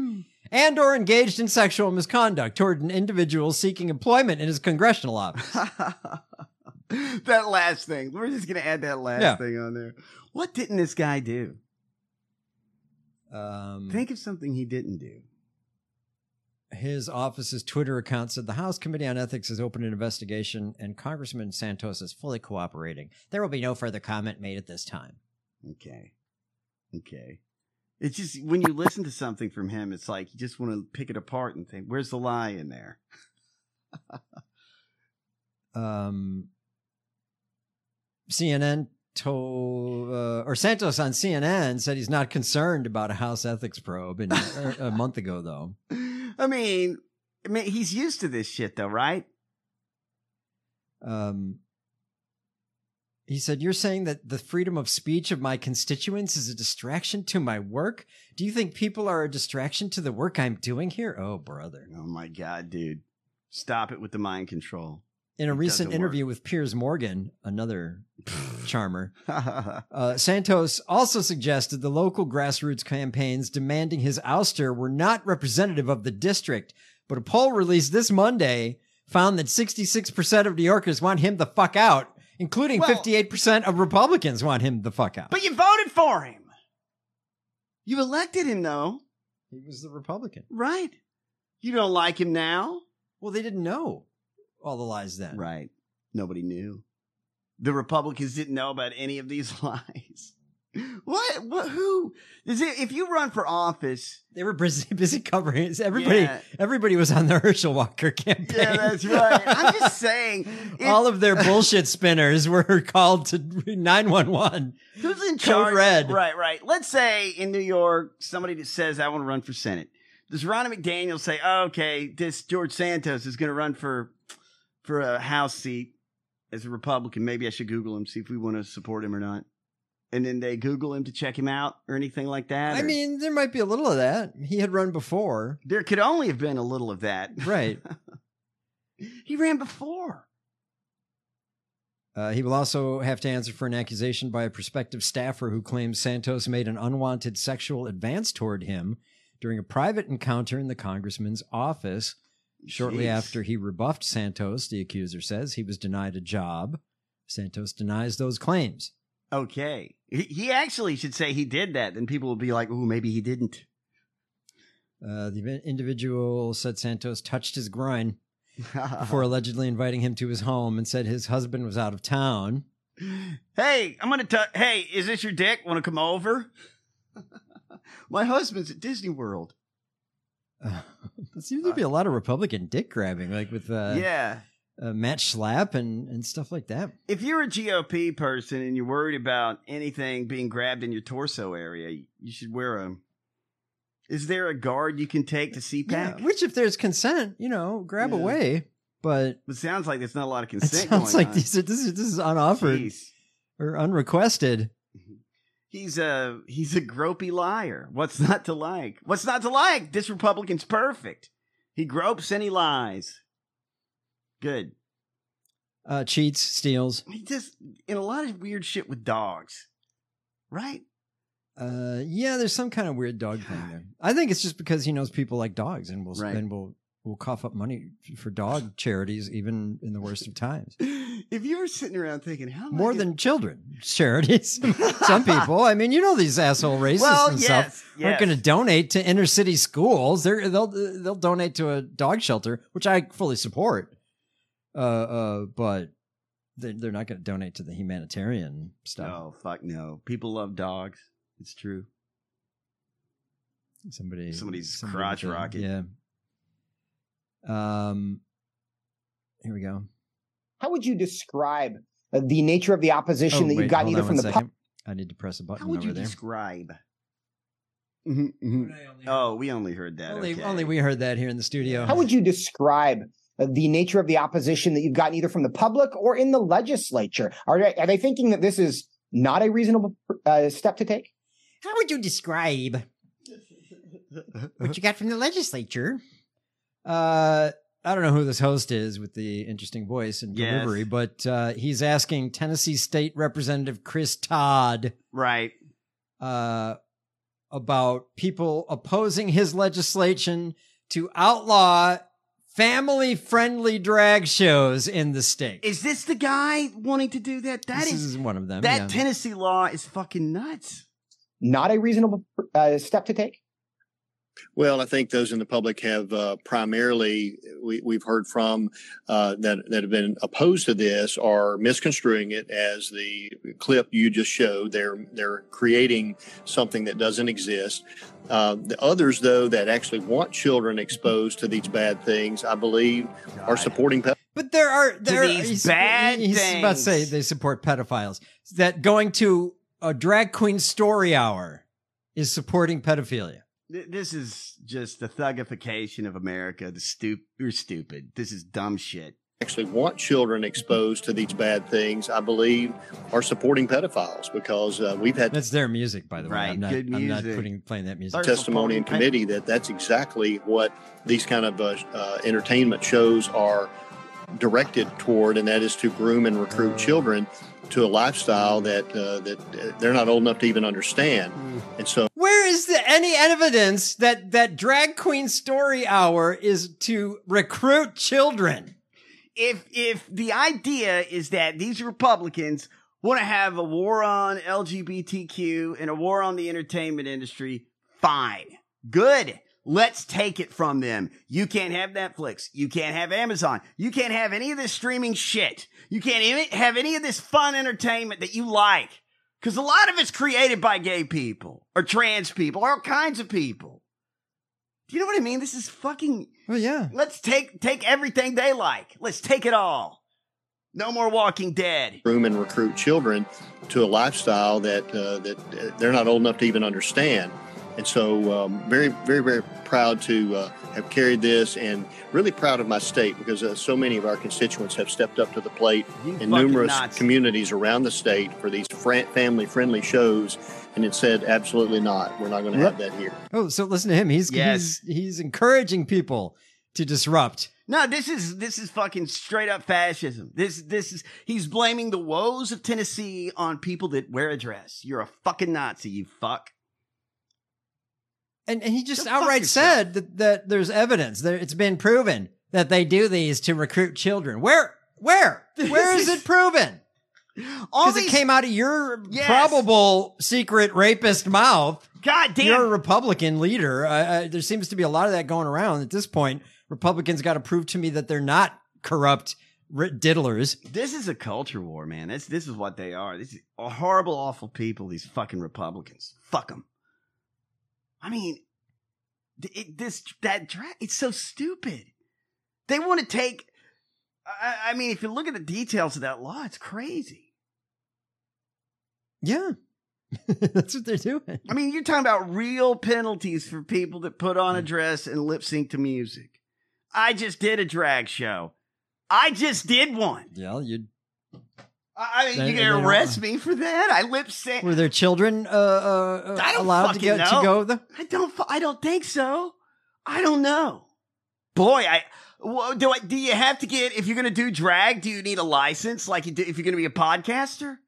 and or engaged in sexual misconduct toward an individual seeking employment in his congressional office that last thing. We're just gonna add that last Yeah. thing on there. What didn't this guy do? um, Think of something he didn't do. his office's twitter account said the house committee on ethics has opened an investigation and congressman santos is fully cooperating there will be no further comment made at this time Okay. Okay. It's just when you listen to something from him, it's like you just want to pick it apart and think, where's the lie in there? um, CNN told, uh, or Santos on CNN said he's not concerned about a House ethics probe. And er, a month ago, though, I mean, I mean, he's used to this shit though, right? um, he said, "You're saying that the freedom of speech of my constituents is a distraction to my work. Do you think people are a distraction to the work I'm doing here? Oh, brother." Oh my god, dude. Stop it with the mind control. In a It recent doesn't work. interview with Piers Morgan, another charmer, That's Uh, Santos also suggested the local grassroots campaigns demanding his ouster were not representative of the district, but a poll released this Monday found that 66% of New Yorkers want him the fuck out, including Well- 58% of Republicans want him the fuck out. But you voted for him. You elected him though, he was the Republican. right? You don't like him now? Well, they didn't know all the lies then. Right. Nobody knew. The Republicans didn't know about any of these lies. What? What? Who? Is it? If you run for office, They were busy, busy covering. it. Everybody, Yeah. everybody was on the Herschel Walker campaign. yeah, that's right. I'm just saying. it- all of their bullshit spinners were called to 911. who's in Code charge? Red. Right, right. Let's say in New York, somebody that says, "I want to run for Senate." Does Ronnie McDaniel say, oh, "Okay, this George Santos is going to run for for a House seat as a Republican. Maybe I should Google him, see if we want to support him or not." And then they Google him to check him out or anything like that. I or- mean, there might be a little of that. He had run before. There could only have been a little of that. Right. He ran before. Uh, he will also have to answer for an accusation by a prospective staffer who claims Santos made an unwanted sexual advance toward him during a private encounter in the congressman's office. Shortly Jeez. after he rebuffed Santos, the accuser says he was denied a job. Santos denies those claims. Okay. He, he actually should say he did that. Then people will be like, ooh, maybe he didn't. Uh, the individual said Santos touched his groin Uh-huh. before allegedly inviting him to his home and said his husband was out of town. hey, I'm going to tell. Hey, is this your dick? Want to come over? My husband's at Disney World. There seems to be a lot of Republican dick grabbing, like with uh, Uh, yeah. uh, Matt Schlapp and, and stuff like that. If you're a GOP person and you're worried about anything being grabbed in your torso area, you should wear a. Is there a guard you can take to CPAC? Which, if there's consent, you know, grab Yeah. away. But it sounds like there's not a lot of it consent. sounds going like on. these are, this, is, this is unoffered Jeez. or unrequested. He's a he's a gropey liar. What's not to like? What's not to like? This Republican's perfect. He gropes and he lies. Good. Uh, cheats, steals. He just in a lot of weird shit with dogs, right? Uh, yeah, there's some kind of weird dog thing there. I think it's just because he knows people like dogs and will Right. and will will cough up money for dog charities, even in the worst of times. If you were sitting around thinking how am I More gonna- than children charities. some people, I mean, you know, these asshole racists well, and yes, stuff. yes. aren't going to donate to inner city schools. They're, they'll they'll donate to a dog shelter, which I fully support. Uh, uh, but they're, they're not going to donate to the humanitarian stuff. Oh fuck no! People love dogs. It's true. Somebody, Somebody's somebody crotch with a- rocket. Yeah. Um. Here we go. How would you describe uh, the nature of the Oh, opposition that you've Oh, wait, gotten hold either on from one the pop- second. I need to press a button How would over you there. describe? Mhm, mhm. Oh, we only heard that. Only, okay. only we heard that here in the studio. How would you describe uh, the nature of the opposition that you've gotten either from the public or in the legislature? Are they, are they thinking that this is not a reasonable uh, step to take? How would you describe what you got from the legislature? Uh, I don't know who this host is with the interesting voice and Yes. delivery, but uh, he's asking Tennessee State Representative Chris Todd right. uh, about people opposing his legislation to outlaw family-friendly drag shows in the state. Is this the guy wanting to do that? That this is, is, one of them. that yeah. Tennessee law is fucking nuts. Not a reasonable uh, step to take? Well, I think those in the public have uh, primarily we, we've heard from uh, that that have been opposed to this are misconstruing it as the clip you just showed. They're they're creating something that doesn't exist. Uh, the others, though, that actually want children exposed to these bad things, I believe, are supporting. Pe- But there are there are, these bad he's about to say things. they support pedophiles. That going to a drag queen story hour is supporting pedophilia. Th- This is just the thugification of America. The stup- you're stupid. This is dumb shit. actually want children exposed to these bad things, I believe, are supporting pedophiles because uh, we've had That's their music, by the way. Right, I'm not, good I'm not music. putting playing that music. Sorry. testimony in committee that that's exactly what these kind of uh, uh, entertainment shows are directed toward, and that is to groom and recruit children to a lifestyle that uh, that uh, they're not old enough to even understand. And so, Where is the any evidence that that drag queen story hour is to recruit children? if if the idea is that these Republicans want to have a war on LGBTQ and a war on the entertainment industry, fine. Good. Let's take it from them. You can't have Netflix. You can't have Amazon. You can't have any of this streaming shit. You can't even have any of this fun entertainment that you like. Cause a lot of it's created by gay people or trans people or all kinds of people. Do you know what I mean? This is fucking Well, Oh, yeah. Let's take take everything they like. Let's take it all. No more Walking Dead. groom and recruit children to a lifestyle that uh, that uh, they're not old enough to even understand. And so, um, very, very, very proud to uh, have carried this, and really proud of my state because uh, so many of our constituents have stepped up to the plate You in fucking numerous nuts. communities around the state for these fran- family-friendly shows, and it said absolutely not. We're not going to have that here. Oh, so listen to him. He's Yes. he's he's encouraging people to disrupt. No, this is this is fucking straight up fascism. This this is he's blaming the woes of Tennessee on people that wear a dress. You're a fucking Nazi, you fuck. And, and he just Go fuck outright yourself. said that, that there's evidence that it's been proven that they do these to recruit children. Where, where, where is it proven? All Because these it came out of your Yes. probable secret rapist mouth. goddamn You're a Republican leader. I, I, there seems to be a lot of that going around at this point. Republicans got to prove to me that they're not corrupt r- diddlers. This is a culture war, man. This this is what they are. This is a horrible, awful people. These fucking Republicans. Fuck them. I mean, th- it, this that dra- it's so stupid. They want to take. I, I- I mean, if you look at the details of that law, it's crazy. Yeah, that's what they're doing. I mean, you're talking about real penalties for people that put Mm. on a dress and lip sync to music. I just did a drag show. I just did one. Yeah, you I, I mean, They- you can they- arrest me for that. I lip sync. were their children uh, uh, I uh, don't allowed to fucking get know. to go? The- I don't. fu- I don't think so. I don't know. Boy, I. wha- do I, do you have to get if you're gonna do drag? Do you need a license? Like you do, if you're gonna be a podcaster?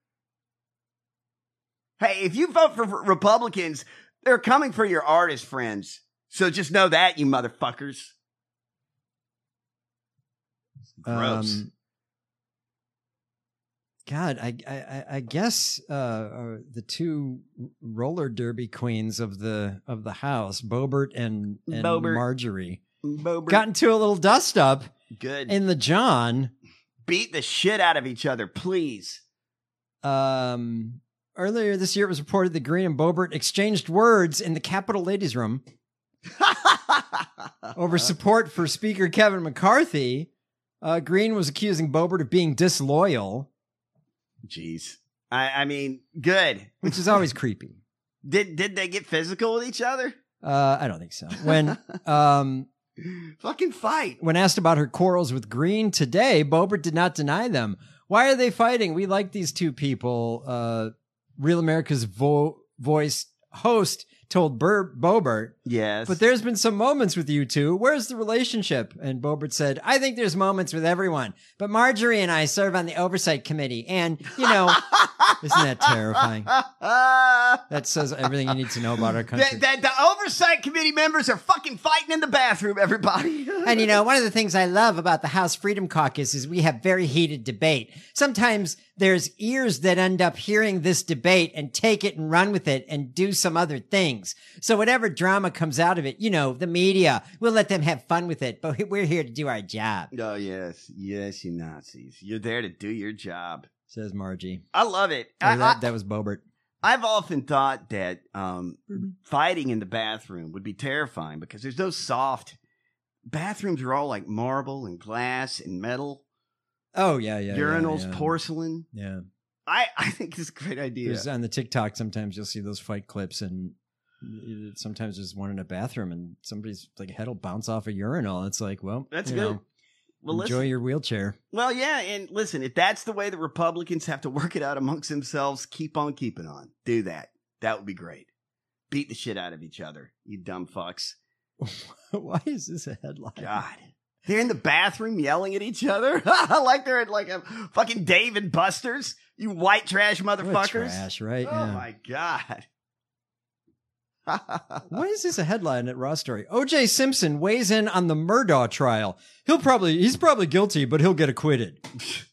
Hey, if you vote for Re- Republicans, they're coming for your artist friends. So just know that, you motherfuckers. Gross. Um, God, I, I- I, I guess uh, uh, the two roller derby queens of the of the house, Bobert and, and Bobert. Marjorie, Bobert. got into a little dust up good. in the John beat the shit out of each other, please. Um, earlier this year, it was reported that Green and Bobert exchanged words in the Capitol Ladies Room over Uh-huh. support for Speaker Kevin McCarthy. Uh, Green was accusing Bobert of being disloyal. Jeez, I, I mean, good, which is always creepy. Did did they get physical with each other? Uh, I don't think so. When um, fucking fight. When asked about her quarrels with Green today, Bobert did not deny them. Why are they fighting? We like these two people. Uh, Real America's vo- voice host told Bur- Bobert. Yes. But there's been some moments with you two. Where's the relationship? And Bobert said, I think there's moments with everyone. But Marjorie and I serve on the oversight committee. And, you know, isn't that terrifying? that says everything you need to know about our country. Ah. The, the, the oversight committee members are fucking fighting in the bathroom, everybody. and, you know, one of the things I love about the House Freedom Caucus is we have very heated debate. Sometimes there's ears that end up hearing this debate and take it and run with it and do some other things. So whatever drama comes out of it, you know, the media, we'll let them have fun with it, but we're here to do our job. Oh, yes. Yes, you Nazis. You're there to do your job, says Margie. I love it. Oh, I, that, I, that was Bobert. I've often thought that um, fighting in the bathroom would be terrifying because there's no soft. Bathrooms are all like marble and glass and metal. Oh, yeah, yeah. yeah, urinals, yeah. porcelain. Yeah. I, I think it's a great idea. There's on the TikTok. Sometimes you'll see those fight clips, and sometimes there's one in a bathroom, and somebody's like head will bounce off a urinal. It's like, well, That's you good. know, Well, enjoy listen- your wheelchair. Well, yeah, and listen, if that's the way the Republicans have to work it out amongst themselves, keep on keeping on. Do that. That would be great. Beat the shit out of each other, you dumb fucks. Why is this a headline? God. They're in the bathroom yelling at each other. like they're at like a fucking Dave and Buster's, you white trash What motherfuckers. trash, right? Oh Yeah. my God. Why is this a headline at Raw Story? OJ Simpson weighs in on the Murdaugh trial. He'll probably he's probably guilty, but he'll get acquitted.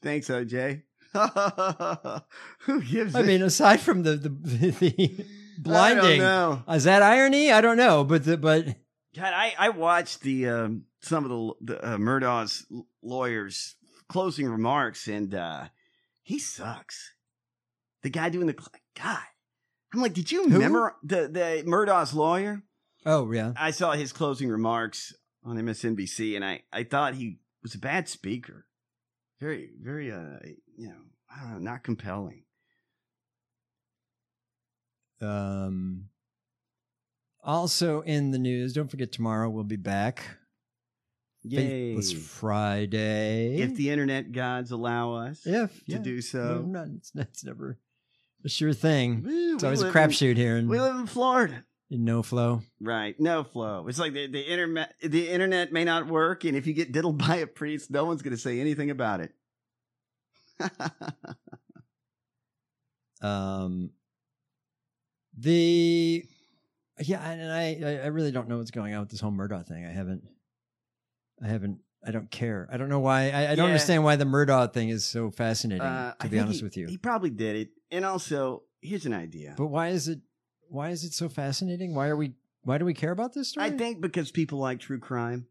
Thanks, OJ. Who gives I a- mean, aside from the the, the blinding, know. is that irony? I don't know, but the, but God, I, I watched the um, some of the, the uh, Murdaugh's l- lawyers' closing remarks, and uh, he sucks. The guy doing the cl- God, I'm like, did you Who? remember the the Murdaugh's lawyer? oh yeah, I saw his closing remarks on MSNBC, and I I thought he was a bad speaker, very very uh you know I don't know, not compelling. Um, also in the news, don't forget tomorrow we'll be back. Yay. Faithless Friday. If the internet gods allow us If, to yeah. do so, No, not- it's, not- it's never a sure thing. Woo, it's we always a live in- crapshoot here in, we live in Florida. in no flow. Right. No flow. It's like the, the internet the internet may not work, and if you get diddled by a priest, no one's gonna say anything about it. Uh, Um, the yeah, and I I- I really don't know what's going on with this whole Murdaugh thing. I haven't, I haven't, I don't care. I don't know why. I, I don't Yeah. understand why the Murdaugh thing is so fascinating. Uh, I to be think honest he- with you, He probably did it. And also, here's an idea. But why is it why is it so fascinating? Why are we why do we care about this story? I think because people like true crime.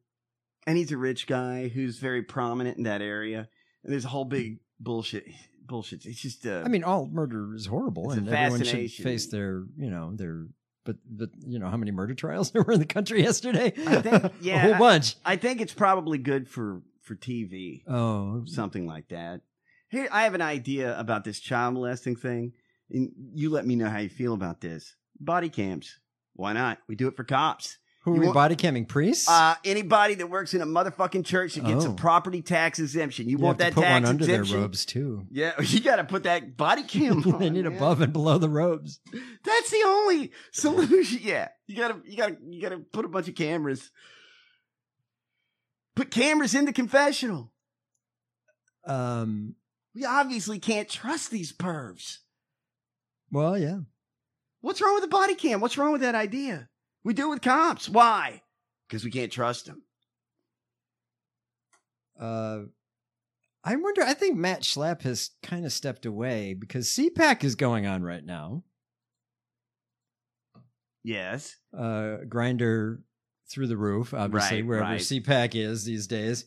And he's a rich guy who's very prominent in that area. And there's a whole big bullshit bullshit. It's just uh I mean all murder is horrible It's a and everyone should fascination. face their, you know, their but but you know how many murder trials there were in the country yesterday? I think yeah a whole I- bunch. I think it's probably good for for TV. Oh, something like that. Here, I have an idea about this child molesting thing, and you let me know how you feel about this. Body cams, why not? We do it for cops. who You are we want- body camming priests? Uh, anybody that works in a motherfucking church that gets Oh. a property tax exemption, you, You want have that to put tax one under exemption? their robes too. Yeah, you got to put that body cam. On, they need man. above and below the robes. That's the only solution. Yeah, you gotta, you gotta, you gotta put a bunch of cameras. Put cameras in the confessional. Um We obviously can't trust these pervs. well, yeah. What's wrong with the body cam? What's wrong with that idea? We do it with cops. Why? Because we can't trust them. Uh I wonder I think Matt Schlapp has kind of stepped away because CPAC is going on right now. Yes. uh, grinder through the roof, obviously, Right, wherever right. CPAC is these days.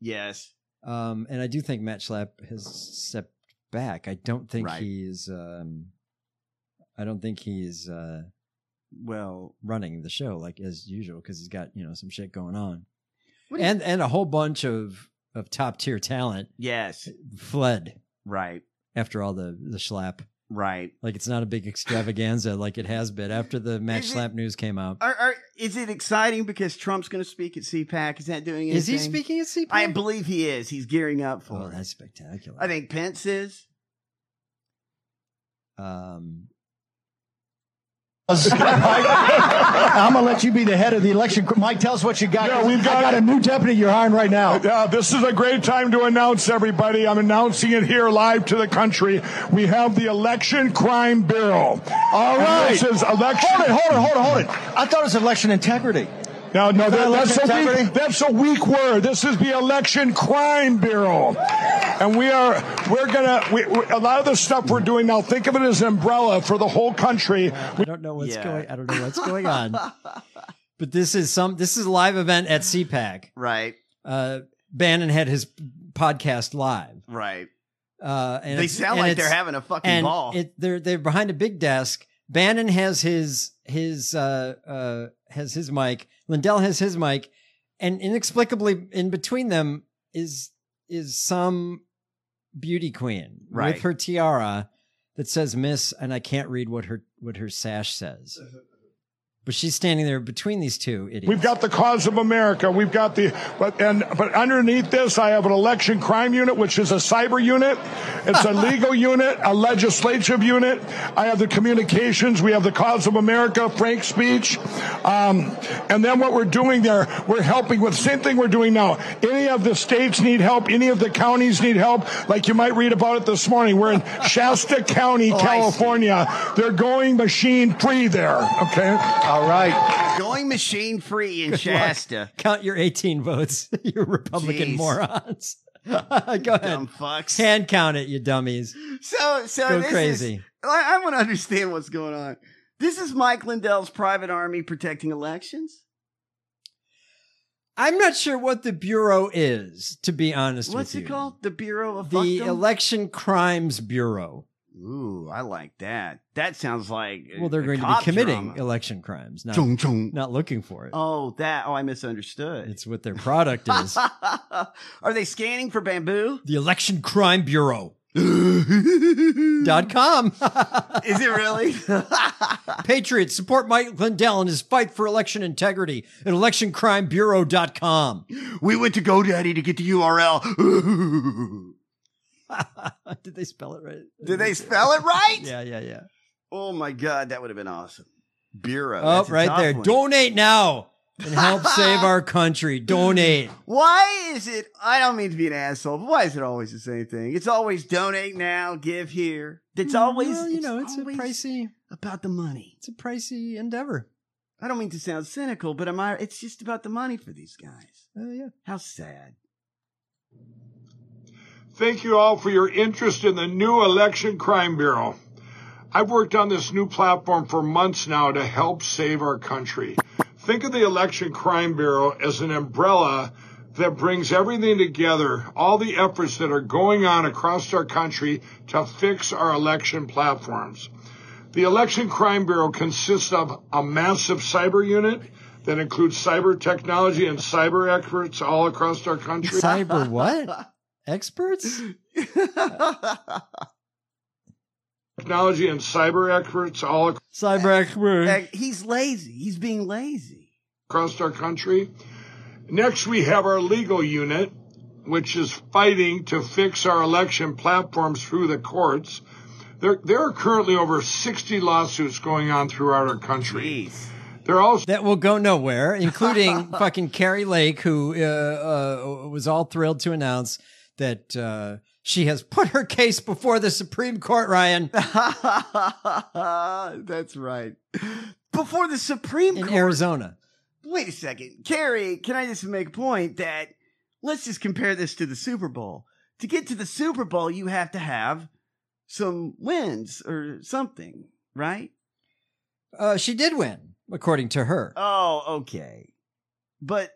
Yes. Um, and I do think Matt Schlapp has stepped back. I don't think Right. he's. Um, I don't think he's. Uh, well, running the show like as usual because he's got you know some shit going on, What do you- and and a whole bunch of of top tier talent yes, fled right after all the the schlap. Right. Like it's not a big extravaganza like it has been after the Matt Is it- Schlapp news came out. Mm-hmm. Are, are, is it exciting because Trump's going to speak at CPAC? Is that doing anything? Is he speaking at CPAC? I believe he is. He's gearing up for Oh, it. that's spectacular. I think Pence is. Um, I'm gonna let you be the head of the election. Mike, tell us what you got. Yeah, we've got, I got a new deputy you're hiring right now. Yeah, this is a great time to announce, everybody. I'm announcing it here live to the country. We have the Election Crime Bureau. All right. This is election. Hold it, hold it, hold it, hold it. I thought it was election integrity. No, no, Is that that, that's, election a integrity? weak, that's a weak word. This is the Election Crime Bureau, and we are we're gonna we, we, a lot of the stuff we're doing now. Think of it as an umbrella for the whole country. I don't know what's going. I don't know what's going on. but this is some. This is a live event at CPAC. Right. Uh, Bannon had his podcast live. Right. Uh, and They it's- sound and like they're it's- having a fucking and ball. It, they're they're behind a big desk. Bannon has his his uh, uh, has his mic. Lindell has his mic, and inexplicably in between them is is some beauty queen Right. with her tiara that says Miss, and I can't read what her what her sash says. But she's standing there between these two idiots. We've got the cause of America. We've got the but and but underneath this, I have an election crime unit, which is a cyber unit. It's a legal unit, a legislative unit. I have the communications. We have the cause of America, Frank speech, um, and then what we're doing there, we're helping with same thing we're doing now. Any of the states need help. Any of the counties need help. Like you might read about it this morning. We're in Shasta County, California. They're going machine free there. Okay. All right. Going machine free in Good luck. Shasta. Count your 18 votes, you Republican Jeez. morons. Go ahead. Dumb fucks. Hand count it, you dummies. So so Go this crazy. Is, I, I want to understand what's going on. This is Mike Lindell's private army protecting elections. I'm not sure what the Bureau is, to be honest What's with it you. called? The Bureau of The Fuckdom? Election Crimes Bureau. Ooh, I like that. That sounds like Well, they're a going to cop be committing drama. election crimes, not, Chung, chung. not looking for it. Oh, that. Oh, I misunderstood. It's what their product is. Are they scanning for bamboo? the Election Crime Bureau. dot com. Is it really? Patriots support Mike Lindell in his fight for election integrity at electioncrimebureau.com. We went to GoDaddy to get the URL. Did they spell it right? Did they spell it right? Yeah, yeah, yeah. Oh my god, that would have been awesome. Bureau. Oh, That's a right tough there. one. Donate now and help save our country. Donate. Why is it? I don't mean to be an asshole, but why is it always the same thing? It's always donate now, give here. It's always Mm, Well, you know, it's, always a pricey about the money. It's a pricey endeavor. I don't mean to sound cynical, but am I? It's just about the money for these guys. Oh yeah. How sad. Thank you all for your interest in the new Election Crime Bureau. I've worked on this new platform for months now to help save our country. Think of the Election Crime Bureau as an umbrella that brings everything together, all the efforts that are going on across our country to fix our election platforms. The Election Crime Bureau consists of a massive cyber unit that includes cyber technology and cyber experts all across our country. Cyber what? Experts? technology and cyber experts all cyber experts. He's lazy. He's being lazy across our country. Next, we have our legal unit, which is fighting to fix our election platforms through the courts. There, there are currently over 60 lawsuits going on throughout our country. They're also that will go nowhere, including fucking Carrie Lake, who uh, uh, was all thrilled to announce that uh, she has put her case before the Supreme Court. Ryan, that's right. Before the Supreme in Court. Arizona, Wait a second, Carrie. Can I just make a point that let's just compare this to the Super Bowl? To get to the Super Bowl, you have to have some wins or something, right? uh, she did win, according to her. Oh, okay. But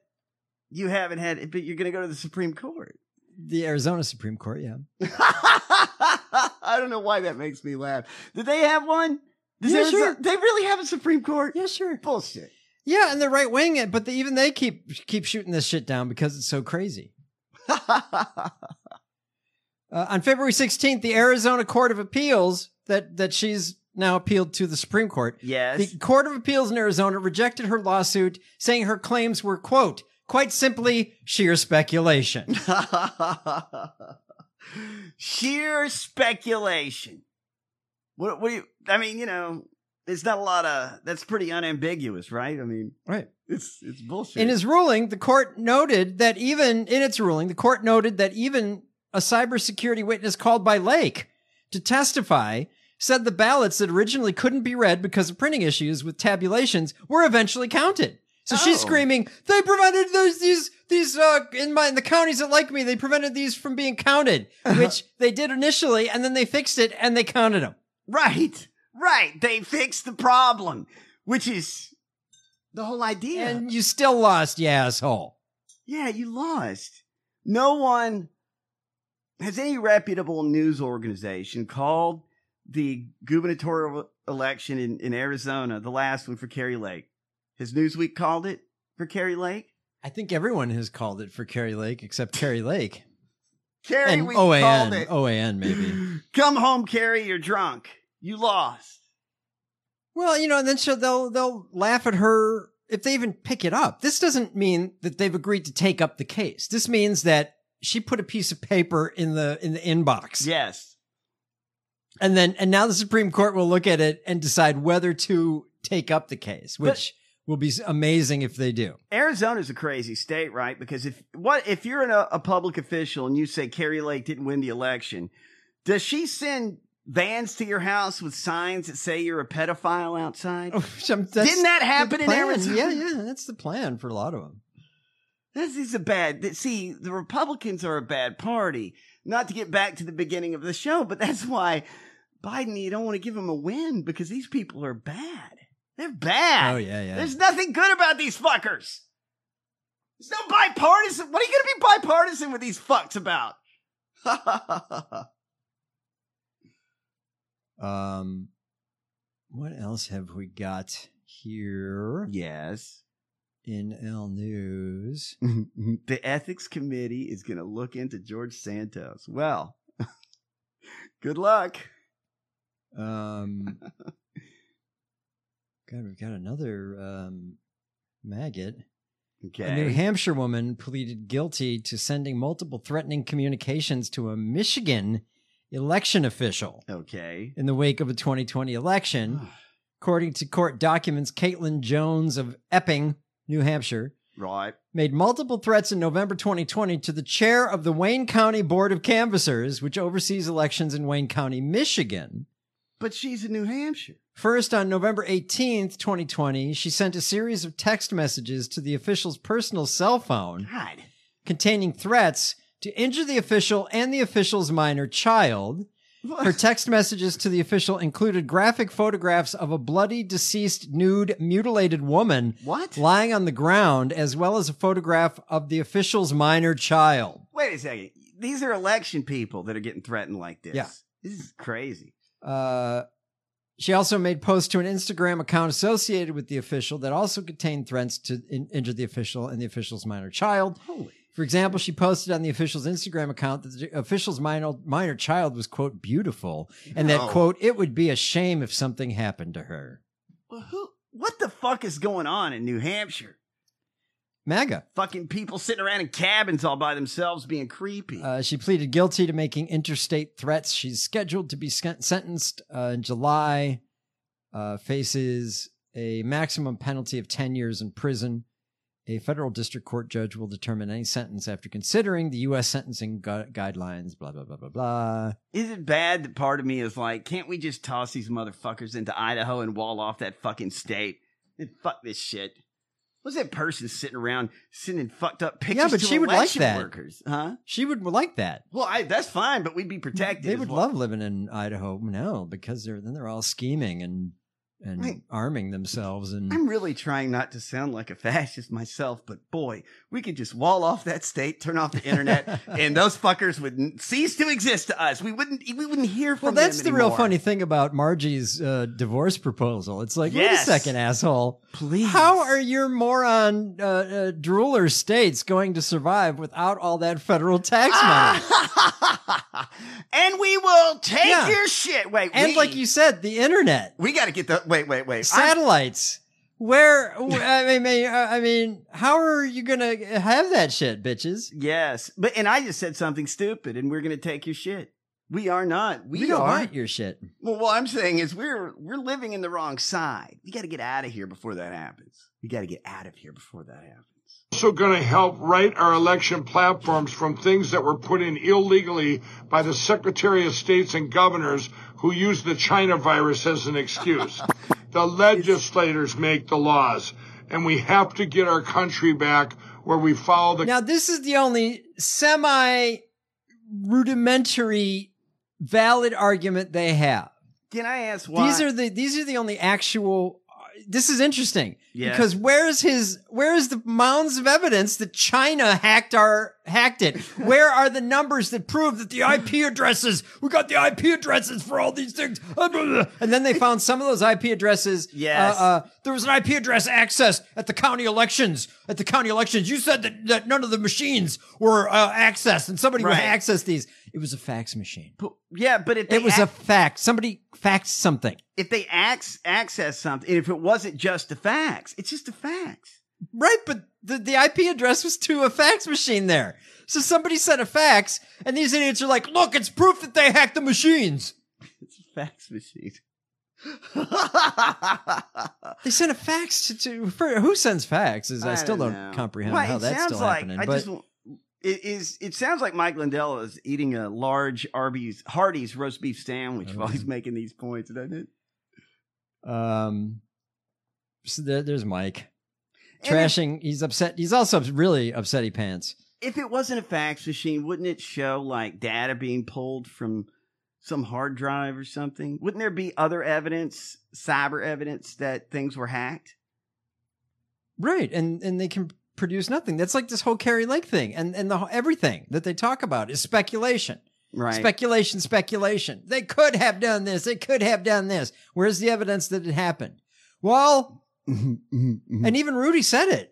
you haven't had. But you're going to go to the Supreme Court. the Arizona Supreme Court, yeah. I don't know why that makes me laugh. Did they have one? Does Yeah, Arizo- sure. They really have a Supreme Court? Yeah, sure. Bullshit. Yeah, and the right wing, but the, even they keep keep shooting this shit down because it's so crazy. Uh, on February 16th, the Arizona Court of Appeals that that she's now appealed to the Supreme Court. Yes. The Court of Appeals in Arizona rejected her lawsuit, saying her claims were quote quite simply sheer speculation. Sheer speculation. What? What do you? I mean, you know, it's not a lot of. That's pretty unambiguous, right? I mean, right. It's it's bullshit. In his ruling, the court noted that even in its ruling, the court noted that even a cybersecurity witness called by Lake to testify said the ballots that originally couldn't be read because of printing issues with tabulations were eventually counted. So she's screaming, "They prevented those these these uh, in my in the counties that like me, they prevented these from being counted, which they did initially, and then they fixed it and they counted them." Right, right. They fixed the problem, which is the whole idea. And you still lost, you asshole. Yeah, you lost. No one has any reputable news organization called the gubernatorial election in, in Arizona, the last one for Kerry Lake. Has Newsweek called it for Kerry Lake? I think everyone has called it for Carrie Lake except Carrie Lake. Kerry, and we OAN, called it. OAN maybe. Come home, Kerry, you're drunk. You lost. Well, you know, and then she'll, they'll they'll laugh at her if they even pick it up. This doesn't mean that they've agreed to take up the case. This means that she put a piece of paper in the in the inbox, Yes. and then and now the Supreme Court will look at it and decide whether to take up the case, But- which will be amazing if they do. Arizona's a crazy state, right? Because if what if you're in a, a public official and you say Carrie Lake didn't win the election, does she send vans to your house with signs that say you're a pedophile outside? Some- Oh, that's Didn't that the happen in plan. Arizona? Yeah, yeah, that's the plan for a lot of them. This is a bad. th- See, the Republicans are a bad party. Not to get back to the beginning of the show, but that's why Biden. You don't want to give him a win because these people are bad. They're bad. Oh, yeah, yeah. There's nothing good about these fuckers. There's no bipartisan. What are you going to be bipartisan with these fucks about? Um, what else have we got here? Yes. In L News. the ethics committee is going to look into George Santos. Well, good luck. Um, God, we've got another um, maggot. A New Okay. Hampshire woman pleaded guilty to sending multiple threatening communications to a Michigan election official Okay. in the wake of a 2020 election. According to court documents, Caitlin Jones of Epping, New Hampshire, Right. made multiple threats in November 2020 to the chair of the Wayne County Board of Canvassers, which oversees elections in Wayne County, Michigan. But she's in New Hampshire. First, on November 18th, 2020, she sent a series of text messages to the official's personal cell phone God. containing threats to injure the official and the official's minor child. Her text messages to the official included graphic photographs of a bloody, deceased, nude, mutilated woman What? lying on the ground, as well as a photograph of the official's minor child. Wait a second. These are election people that are getting threatened like this. Yeah. This is crazy. Uh, she also made posts to an Instagram account associated with the official that also contained threats to in- injure the official and the official's minor child. Holy. For example, she posted on the official's Instagram account that the official's minor, minor child was, quote, beautiful, and No. that, quote, it would be a shame if something happened to her. Well, who, what the fuck is going on in New Hampshire? MAGA. Fucking people sitting around in cabins all by themselves being creepy. Uh, she pleaded guilty to making interstate threats. She's scheduled to be sken- sentenced uh, in July, uh, faces a maximum penalty of 10 years in prison. A federal district court judge will determine any sentence after considering the U.S. sentencing gu- guidelines, blah, blah, blah, blah, blah. is it bad that part of me is like, can't we just toss these motherfuckers into Idaho and wall off that fucking state? And fuck this shit. What's that person sitting around sending fucked up pictures Yeah, but to she would like election that. workers? Huh? She would like that. Well, I, that's fine, but we'd be protected. They as would well. love living in Idaho now because they're then they're all scheming and and I- arming themselves and I'm really trying not to sound like a fascist myself, but boy, we could just wall off that state, turn off the internet, and those fuckers would n- cease to exist to us. We wouldn't. We wouldn't hear from well, that's them the real anymore. funny thing about Margie's uh, divorce proposal. It's like, Yes. wait a second, asshole. Please. How are your moron uh, uh, drooler states going to survive without all that federal tax Ah, money? And we will take Yeah. your shit. Wait, and we, like you said, the internet, we got to get the. Wait, wait, wait. I'm- satellites. Where, I mean, uh, I mean, how are you going to have that shit, bitches? Yes, but and I just said something stupid, and we're gonna take your shit. We are not. We, We don't are. want your shit. Well, what I'm saying is we're we're living in the wrong side. We got to get out of here before that happens. We got to get out of here before that happens. also going to help write our election platforms from things that were put in illegally by the Secretary of States and governors who used the China virus as an excuse. the legislators make the laws, and we have to get our country back where we follow the Now, this is the only semi rudimentary valid argument they have. Can I ask why? These are the these are the only actual uh, this is interesting Yes. because where is his where is the mounds of evidence that China hacked our hacked it? Where are the numbers that prove that the IP addresses we got the IP addresses for all these things? And then they found some of those IP addresses. Yes. uh, uh, there was an IP address access at the county elections. At the county elections, you said that, that none of the machines were uh, accessed, and somebody would Right. access these. It was a fax machine. yeah, but if they It was a ac- fax. Somebody faxed something. if they ax- access something, if it wasn't just the facts, it's just the facts. Right, but the, the IP address was to a fax machine there. So somebody sent a fax, and these idiots are like, look, it's proof that they hacked the machines. It's a fax machine. They sent a fax to, to for, who sends faxes? I, still don't, know. comprehend Well, how it that's still sounds like- happening. I but just, it is. It sounds like Mike Lindell is eating a large Arby's Hardee's roast beef sandwich Oh, while he's making these points, doesn't it? um, so there, there's Mike And if- trashing. he's upset. He's also really upsetty pants. If it wasn't a fax machine, wouldn't it show like data being pulled from some hard drive or something? Wouldn't there be other evidence, cyber evidence that things were hacked? Right, and and they can produce nothing. That's like this whole Carrie Lake thing, and and the whole- everything that they talk about is speculation. Right. Speculation, speculation. They could have done this. They could have done this. Where's the evidence that it happened? Well, Hmm. and even Rudy said it.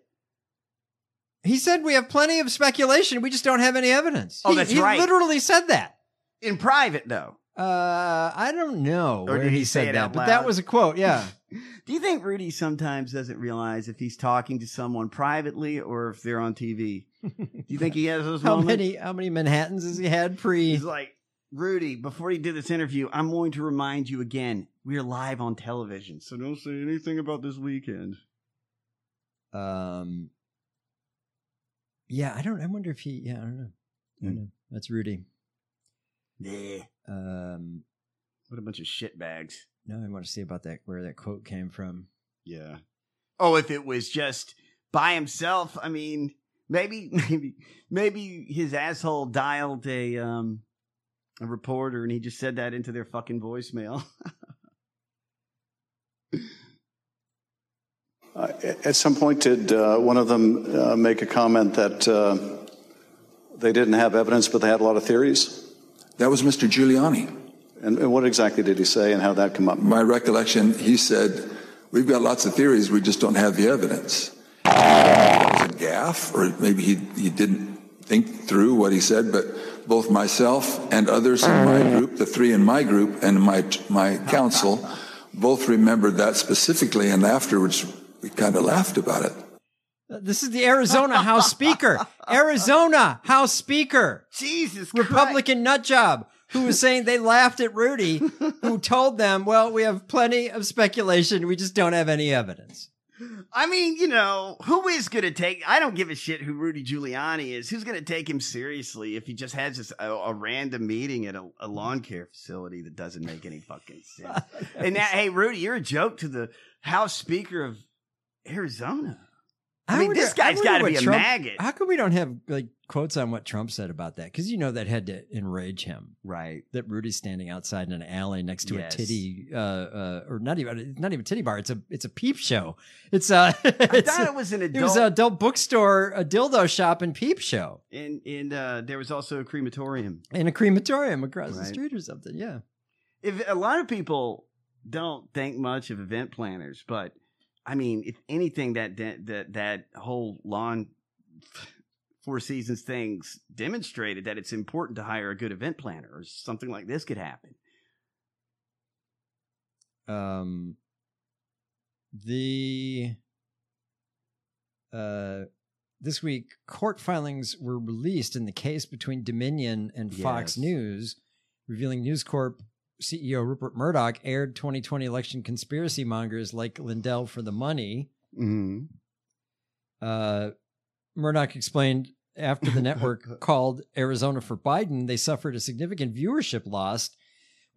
He said we have plenty of speculation. We just don't have any evidence. Oh, He- that's he right. literally said that. In private, though. Uh, I don't know Or where did he, he say said it that, out but that loud? was a quote. Yeah. Do you think Rudy sometimes doesn't realize if he's talking to someone privately or if they're on TV? Do you think he has those how moments? many how many Manhattans has he had pre? He's like, Rudy, before you do this interview, I'm going to remind you again, we're live on television, so don't say anything about this weekend. Um, yeah, I don't. I wonder if he. Yeah, I don't know. I don't know. That's Rudy. Yeah. Um, What a bunch of shitbags. now I want to see about that where that quote came from. Yeah. Oh, if it was just by himself, I mean, maybe, maybe, maybe his asshole dialed a um a reporter and he just said that into their fucking voicemail. At some point, did uh, one of them uh, make a comment that uh, they didn't have evidence, but they had a lot of theories? That was Mr. Giuliani. And, and what exactly did he say, and how that come up? My recollection, he said, We've got lots of theories, we just don't have the evidence. That was a gaffe, or maybe he, he didn't think through what he said, but both myself and others in my group, the three in my group and my, my council, both remembered that specifically, and afterwards we kind of laughed about it. Uh, This is the Arizona House Speaker. Arizona House Speaker. Jesus Republican nut job who was saying they laughed at Rudy, who told them, well, we have plenty of speculation. We just don't have any evidence. I mean, you know, who is going to take? I don't give a shit who Rudy Giuliani is. Who's going to take him seriously if he just has this a, a random meeting at a, a lawn care facility that doesn't make any fucking sense? and now, hey, Rudy, you're a joke to the House Speaker of Arizona. I mean, this guy's wonder got to what be a Trump- maggot. How come we don't have like quotes on what Trump said about that? Because you know that had to enrage him, right? That Rudy's standing outside in an alley next to Yes. a titty, uh, uh, or not even not even titty bar. It's a it's a peep show. It's uh, I it's, thought it was an adult. it was an adult bookstore, a dildo shop, and peep show, and and uh, there was also a crematorium. and a crematorium across the Right. street or something. Yeah, If a lot of people don't think much of event planners, but I mean, if anything, that de- that that whole lawn Four Seasons things demonstrated that it's important to hire a good event planner, or something like this could happen. um the uh this week court filings were released in the case between Dominion and Fox Yes. News revealing News Corp CEO Rupert Murdoch aired 2020 election conspiracy mongers like Lindell for the money Mm-hmm. uh, Murdoch explained after the network called Arizona for Biden, they suffered a significant viewership loss,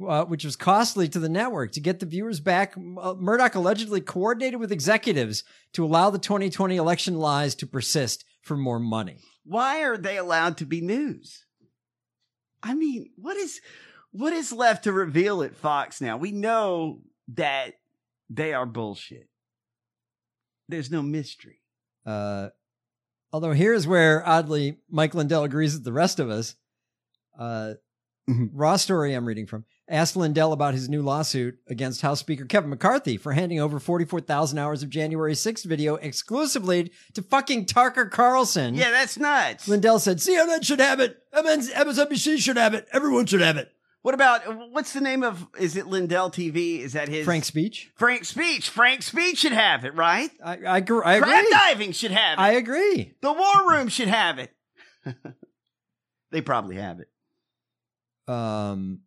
uh, which was costly to the network. To get the viewers back, M- uh, Murdoch allegedly coordinated with executives to allow the 2020 election lies to persist for more money. Why are they allowed to be news? I mean, what is what is left to reveal at Fox now? We know that they are bullshit. There's no mystery. Uh, although here's where oddly Mike Lindell agrees with the rest of us. Uh, Raw story I'm reading from asked Lindell about his new lawsuit against House Speaker Kevin McCarthy for handing over 44,000 hours of January 6th video exclusively to fucking Tucker Carlson. Yeah, that's nuts. Lindell said CNN should have it. MN's MSNBC should have it. Everyone should have it. What about what's the name of is it Lindell TV? Is that his Frank Speech. Frank Speech. Frank Speech should have it, right? I I, gr- I agree. Crab diving should have it. I agree. the War Room should have it. they probably have it. um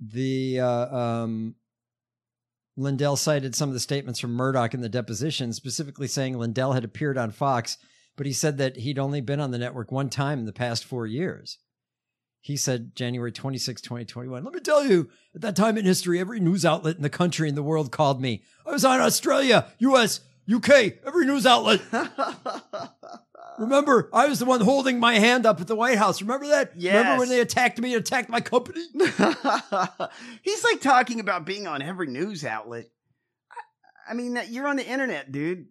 the uh, um Lindell cited some of the statements from Murdoch in the deposition, specifically saying Lindell had appeared on Fox, but he said that he'd only been on the network one time in the past four years. He said January 26, 2021. Let me tell you, at that time in history, every news outlet in the country and the world called me. I was on Australia, US, UK, every news outlet. Remember, I was the one holding my hand up at the White House. Remember that? Remember Yes. when they attacked me and attacked my company? He's like talking about being on every news outlet. I, I mean, that- you're on the internet, dude.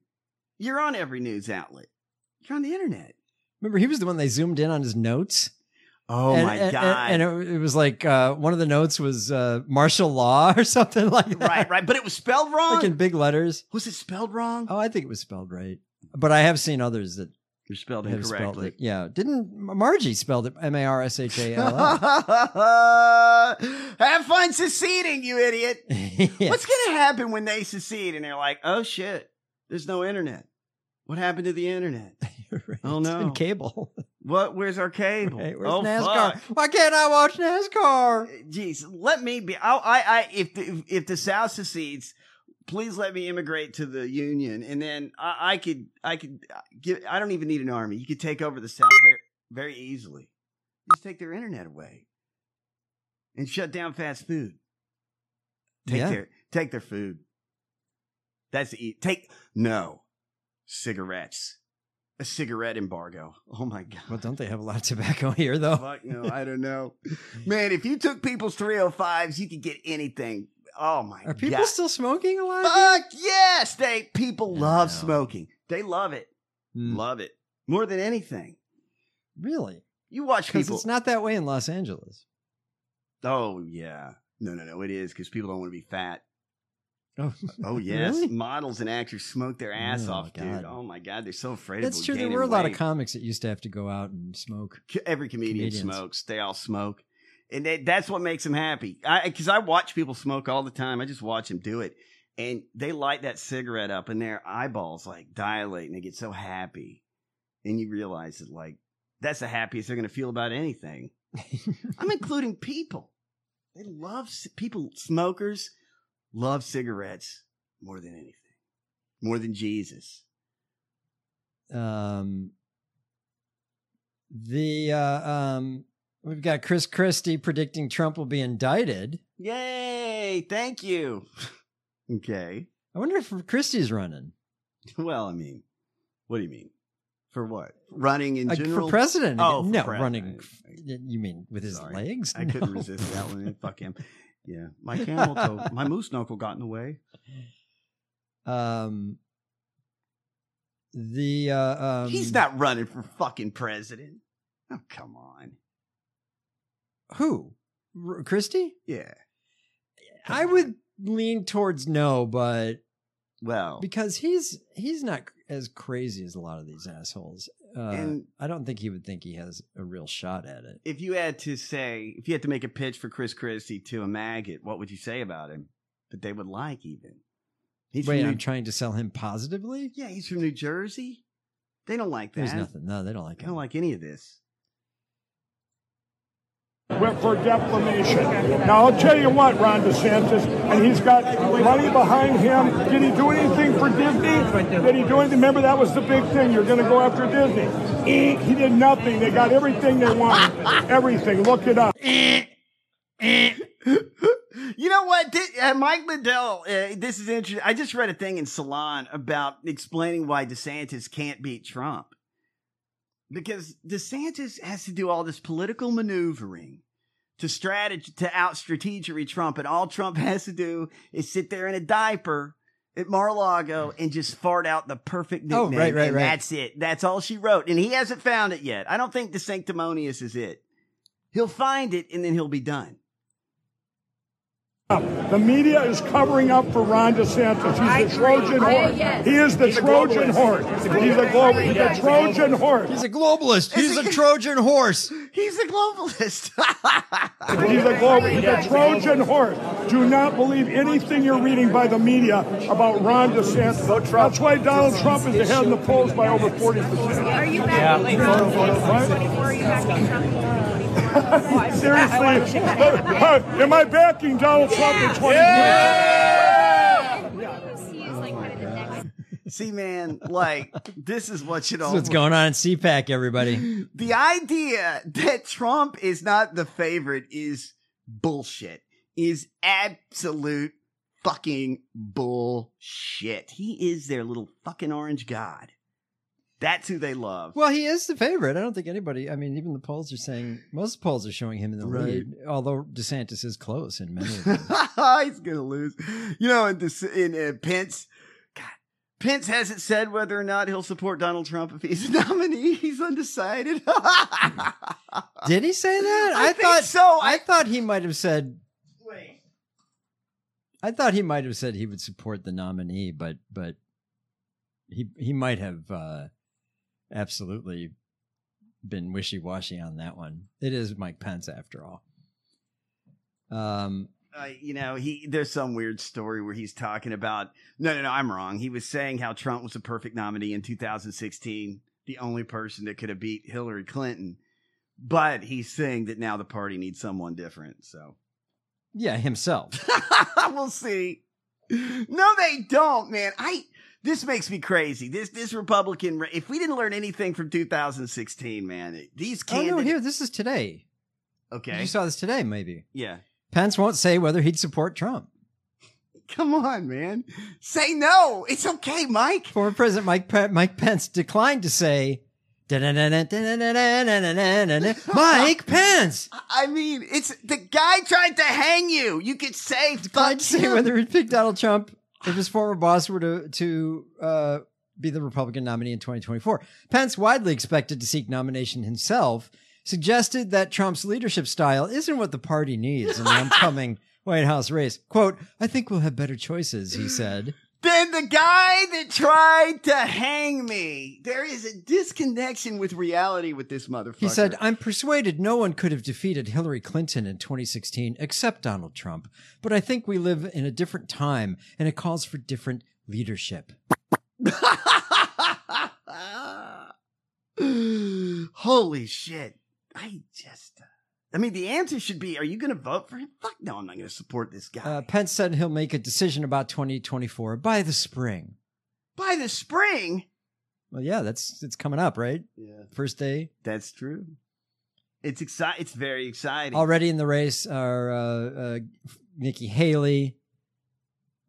You're on every news outlet. You're on the internet. Remember, he was the one they zoomed in on his notes. Oh my God. And, and it, it was like uh, one of the notes was uh, martial law or something like that. right, right. But it was spelled wrong. Like in big letters. was it spelled wrong? Oh, I think it was spelled right. But I have seen others that You're spelled have spelled incorrectly. it. Yeah. Didn't Margie spelled it M A R S H A L L? Have fun seceding, you idiot. What's going to happen when they secede and they're like, oh shit, there's no internet? What happened to the internet? Oh It's no. been cable. What? Where's our cable? Right, where's oh, NASCAR? fuck. Why can't I watch NASCAR? Jeez, let me be. I, I, I if the, if the South secedes, please let me immigrate to the Union, and then I, I could, I could uh, give. I don't even need an army. You could take over the South very, very easily. Just take their internet away and shut down fast food. Take Yeah. their, take their food. That's the e- take no cigarettes. A cigarette embargo. Oh my god. Well, don't they have a lot of tobacco here, though? Fuck no, I don't know. Man, if you took people's 305s, you could get anything. Oh my Are people god. still smoking a lot? Fuck yes, they people love smoking. They love it. Mm. Love it. More than anything. Really? You watch Because people. it's not that way in Los Angeles. oh yeah. No, no, no. It is because people don't want to be fat. Oh, Oh yes. Really? Models and actors smoke their ass Oh, off, God. dude. Oh my god, they're so afraid That's of true. There gaining were a lot of weight. comics that used to have to go out and smoke. C- every comedian Comedians. smokes. They all smoke, and they, that's what makes them happy. I because I watch people smoke all the time. I just watch them do it, and they light that cigarette up, and their eyeballs like dilate, and they get so happy, and you realize that like that's the happiest they're gonna feel about anything. I'm including people. They love c- people. Smokers love cigarettes more than anything, more than Jesus. Um, the uh, um, we've got Chris Christie predicting Trump will be indicted. Yay! Thank you. okay. I wonder if Christie's running. Well, I mean, what do you mean? For what? Running in Like, general Uh, for president? Oh, for no, president. running. You mean with his legs? I No. couldn't resist that one. Fuck him. Yeah, my camel toe, my moose knuckle got in the way. Um, the uh, um, He's not running for fucking president. Oh, come on. who R- Christie. Yeah, I would lean towards no, but well, because he's he's not cr- as crazy as a lot of these assholes. Uh, And- I don't think he would think he has a real shot at it. If you had to say, if you had to make a pitch for Chris Christie to a maggot, what would you say about him that they would like? Even he's Wait, from I'm New- trying to sell him positively. yeah, he's from New Jersey. They don't like that. There's nothing. No, they don't like I don't like any of this. went for defamation. Now I'll tell you what, Ron DeSantis, and he's got money behind him. Did he do anything for Disney? Did he do anything? Remember that was the big thing. You're going to go after Disney. Eek, He did nothing. They got everything they wanted. Everything. Look it up. You know what? Thi- uh, Mike Liddell, uh, this is interesting. I just read a thing in Salon about explaining why DeSantis can't beat Trump. Because DeSantis has to do all this political maneuvering to strategy to out strategery Trump, and all Trump has to do is sit there in a diaper at Mar-a-Lago and just fart out the perfect Oh, nickname. right, right, and right. That's it. That's all she wrote, and he hasn't found it yet. I don't think the sanctimonious is it. He'll find it, and then he'll be done. The media is covering up for Ron DeSantis. He's the Trojan I- horse. yes. He is the He's a Trojan globalist. horse. He's He's a a globalist. global. He's Yeah, a he's a Trojan globalist. horse. He's a globalist. He's a Trojan horse. He's a globalist. He's a global, he's a Trojan horse. Do not believe anything you're reading by the media about Ron DeSantis. That's why Donald Trump is ahead in the polls by over 40 percent. Are you backing Yeah. Trump? Seriously, am I backing Donald Trump in 20 See, man, like this is what should This all. is what's going on in CPAC, everybody. The idea that Trump is not the favorite is bullshit. Is absolute fucking bullshit. He is their little fucking orange god. That's who they love. Well, he is the favorite. I don't think anybody. I mean, even the polls are saying most polls are showing him in the Right. lead. Although DeSantis is close in many. Of them. He's gonna lose. You know, in, this, in uh, Pence, God, Pence hasn't said whether or not he'll support Donald Trump if he's a nominee. He's undecided. Did he say that? I think thought so. I, thought he might have said. I thought he might have said he would support the nominee, but but he he might have uh, absolutely been wishy washy on that one. It is Mike Pence after all. Um, uh, you know, he there's some weird story where he's talking about no, no, no, I'm wrong. He was saying how Trump was the perfect nominee in 2016, the only person that could have beat Hillary Clinton. But he's saying that now the party needs someone different. So yeah, himself. Oh, we'll see. No, they don't, man. I this makes me crazy. This this Republican. ra- If we didn't learn anything from 2016, man, these Oh candidates. no, here this is today. okay, You saw this today, maybe. yeah. Pence won't say whether he'd support Trump. Come on, man. Say no. It's okay, Mike. Former President Mike Pe- Mike Pence declined to say. Mike Pence I mean, it's the guy tried to hang you. You could say fuck declined to say him. whether he'd pick Donald Trump if his former boss were to to uh, be the Republican nominee in 2024. Pence, widely expected to seek nomination himself, suggested that Trump's leadership style isn't what the party needs in the upcoming White House race. "Quote: I think we'll have better choices," he said. Then the guy that tried to hang me. There is a disconnection with reality with this motherfucker. He said, I'm persuaded no one could have defeated Hillary Clinton in 2016 except Donald Trump, but I think we live in a different time and it calls for different leadership. Holy shit. I just. uh, I mean, the answer should be, are you going to vote for him? Fuck no, I'm not going to support this guy. Uh, Pence said he'll make a decision about 2024 by the spring. By the spring? Well, yeah, that's it's coming up, right? Yeah. First day. That's true. It's exciting. It's very exciting. Already in the race are uh, uh, Nikki Haley,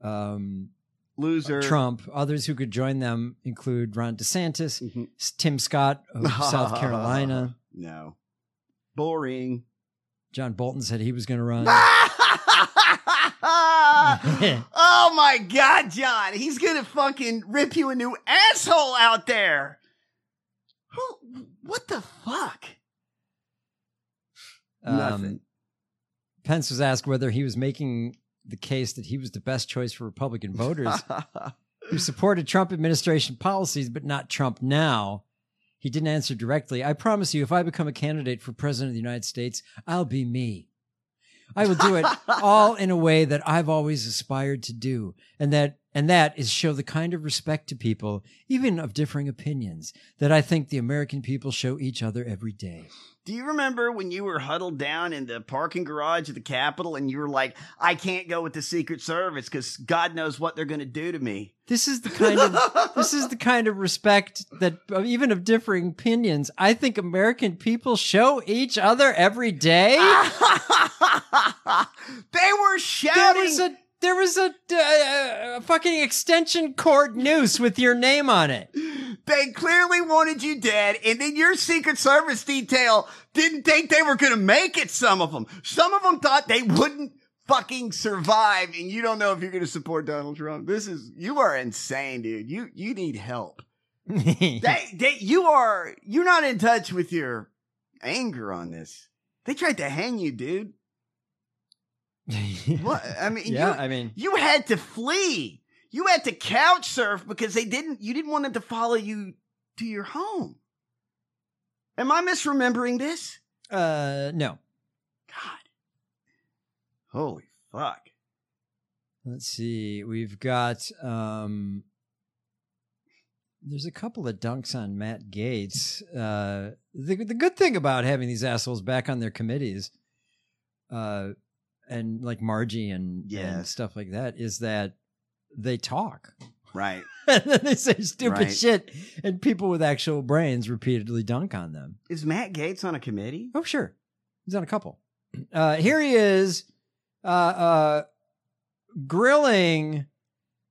um, loser. Trump. Others who could join them include Ron DeSantis, Mm-hmm. S- Tim Scott of South Carolina. No. Boring. John Bolton said he was going to run. oh my god, John, he's gonna fucking rip you a new asshole out there. Who? What the fuck? Um, Nothing. Pence was asked whether he was making the case that he was the best choice for Republican voters who supported Trump administration policies, but not Trump now. He didn't answer directly. I promise you, if I become a candidate for president of the United States, I'll be me. I will do it all in a way that I've always aspired to do, and that and that is show the kind of respect to people, even of differing opinions, that I think the American people show each other every day. Do you remember when you were huddled down in the parking garage of the Capitol and you were like, I can't go with the Secret Service because God knows what they're going to do to me? This is the kind of this is the kind of respect that uh, even of differing opinions, I think American people show each other every day. Ah, they were shouting. There was a there was a, uh, a fucking extension cord noose with your name on it. They clearly wanted you dead, and then your Secret Service detail didn't think they were going to make it, some of them. Some of them thought they wouldn't fucking survive, and you don't know if you're going to support Donald Trump. This is, you are insane, dude. You, you need help. they, they, you are, you're not in touch with your anger on this. They tried to hang you, dude. what? I mean, Yeah, you, I mean- you had to flee. You had to couch surf because they didn't. You didn't want them to follow you to your home. Am I misremembering this? Uh, no. Holy fuck! Let's see. We've got um there's a couple of dunks on Matt Gates. Uh the the good thing about having these assholes back on their committees uh and like Margie and, and Yes. stuff like that is that they talk. Right. and then they say stupid Right. shit and people with actual brains repeatedly dunk on them. Is Matt Gates on a committee? Oh sure. He's on a couple. Uh here he is uh uh grilling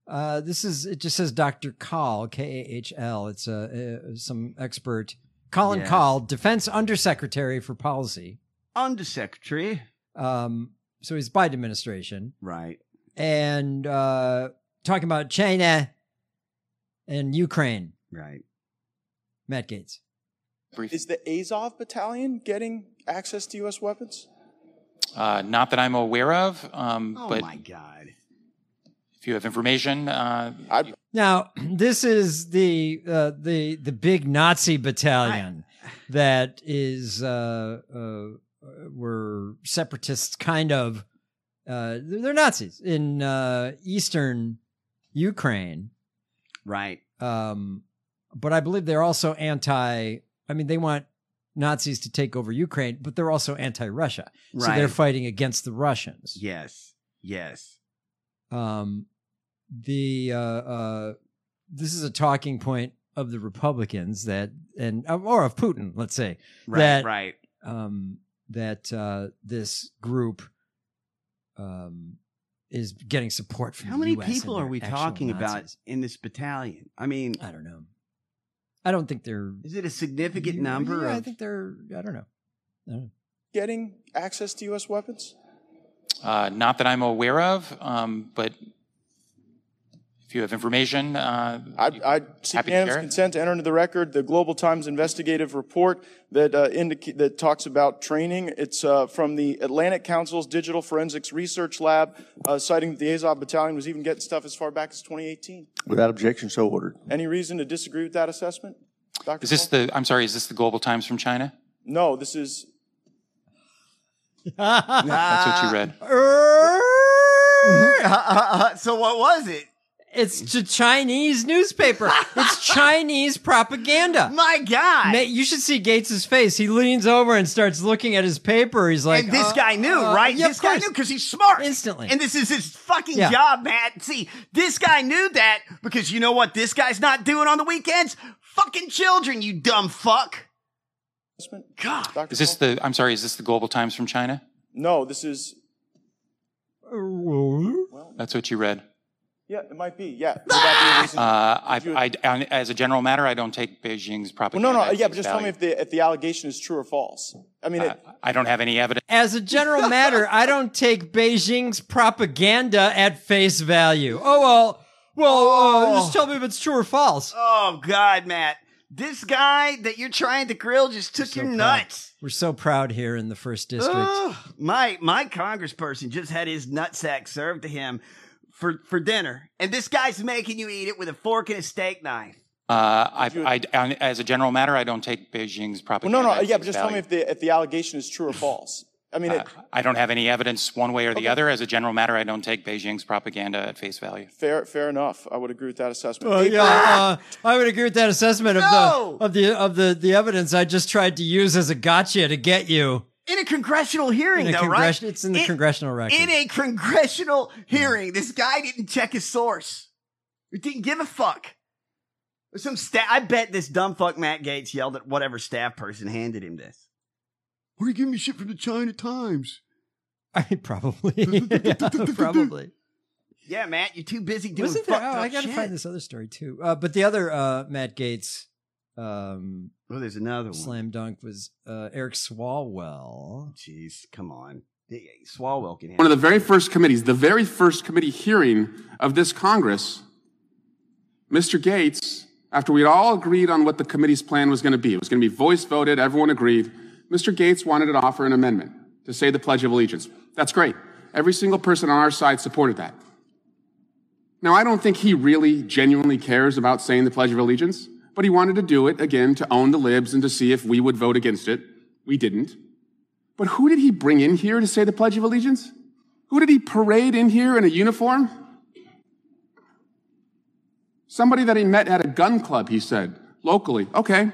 uh this is it just says Dr. Call K A H L it's a uh, some expert Colin Yes. Call defense undersecretary for policy undersecretary um so he's Biden administration right and uh talking about China and Ukraine right Matt Gates Is the Azov battalion getting access to U.S. weapons? Uh, not that I'm aware of, um, Oh but my God. if you have information, uh, Now, this is the uh, the the big Nazi battalion that is uh, uh, were separatists, kind of. Uh, they're they're Nazis in uh, eastern Ukraine, right? Um, but I believe they're also anti. I mean, they want Nazis to take over Ukraine, but they're also anti-Russia, so they're Right. fighting against the Russians. Yes. Yes. um the uh uh this is a talking point of the republicans that and uh, or of putin let's say Right, that, right. um that uh this group um is getting support from How the many US and people are they're we actual talking about Nazis. Uh, in this battalion? I mean, I don't know. i don't think they're Is it a significant Yeah, number? yeah, of, i think they're i don't know Getting access to U.S. weapons? uh, not that I'm aware of, um, but if you have information, uh, I'd, I'd seek Happy to unanimous share it. consent to enter into the record the Global Times investigative report that uh, indica- that talks about training. It's uh, from the Atlantic Council's Digital Forensics Research Lab, uh, citing that the Azov Battalion was even getting stuff as far back as 2018. Without objection, so ordered. Any reason to disagree with that assessment, Dr. is this the? I'm sorry, is this the Global Times from China? No, this is. That's what you read. Er, so what was it? It's a Chinese newspaper. It's Chinese propaganda. My God. Mate, you should see Gates's face. He leans over and starts looking at his paper. He's like, and this uh, guy knew, uh, right? yeah, this of guy course. knew because he's smart. Instantly. And this is his fucking Yeah. job, Matt. See, this guy knew that because you know what this guy's not doing on the weekends? Fucking children, you dumb fuck. God. Is this the? I'm sorry, is this the Global Times from China? No, this is. That's what you read. Yeah, it might be. Yeah. Would that be a reason? Uh, I, I, on- as a general matter, I don't take Beijing's Well, propaganda. no, no. at Yeah, face but just tell me value. if the if the allegation is true or false. I mean, it, I don't have any evidence. As a general matter, I don't take Beijing's propaganda at face value. Oh well, well, uh, just tell me if it's true or false. Oh God, Matt, this guy that you're trying to grill just took your proud. nuts. Oh. We're so proud here in the first district. Ugh. my my congressperson just had his nutsack served to him for for dinner, and this guy's making you eat it with a fork and a steak knife. Uh, I, I, on- as a general matter, I don't take Beijing's well, propaganda. no, no. at Yeah, face but just tell me value. if the if the allegation is true or false. I mean, it, Uh, I don't have any evidence one way or the other. As a general matter, I don't take Beijing's propaganda at face value. fair fair enough. I would agree with that assessment. Well, yeah, uh, I would agree with that assessment of No! the of the of the the evidence I just tried to use as a gotcha to get you. In a congressional hearing, In a though, congres- right? It's in the congressional record. In a congressional hearing, this guy didn't check his source. He didn't give a fuck. There's Some sta- I bet this dumb fuck Matt Gates yelled at whatever staff person handed him this. Why are you giving me shit from the China Times? I mean, probably, Yeah, probably. Yeah, Matt, you're too busy doing Wasn't there? fucked Oh, up I gotta shit. find this other story too. Uh, but the other uh, Matt Gates. Um, oh, there's another one. Slam dunk was uh, Eric Swalwell. Jeez, come on, Swalwell can. One of the very first committees, the very first committee hearing of this Congress, Mr. Gates, after we had all agreed on what the committee's plan was going to be, it was going to be voice voted, everyone agreed. Mr. Gates wanted to offer an amendment to say the Pledge of Allegiance. That's great. Every single person on our side supported that. Now, I don't think he really genuinely cares about saying the Pledge of Allegiance, but he wanted to do it again to own the libs and to see if we would vote against it. We didn't. But who did he bring in here to say the Pledge of Allegiance? Who did he parade in here in a uniform? Somebody that he met at a gun club, he said, locally. Okay.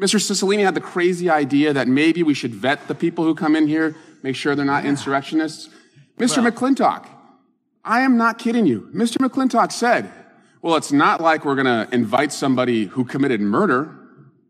Mr. Cicilline had the crazy idea that maybe we should vet the people who come in here, make sure they're not insurrectionists. Mr. McClintock, I am not kidding you. Mr. McClintock said, well, it's not like we're going to invite somebody who committed murder.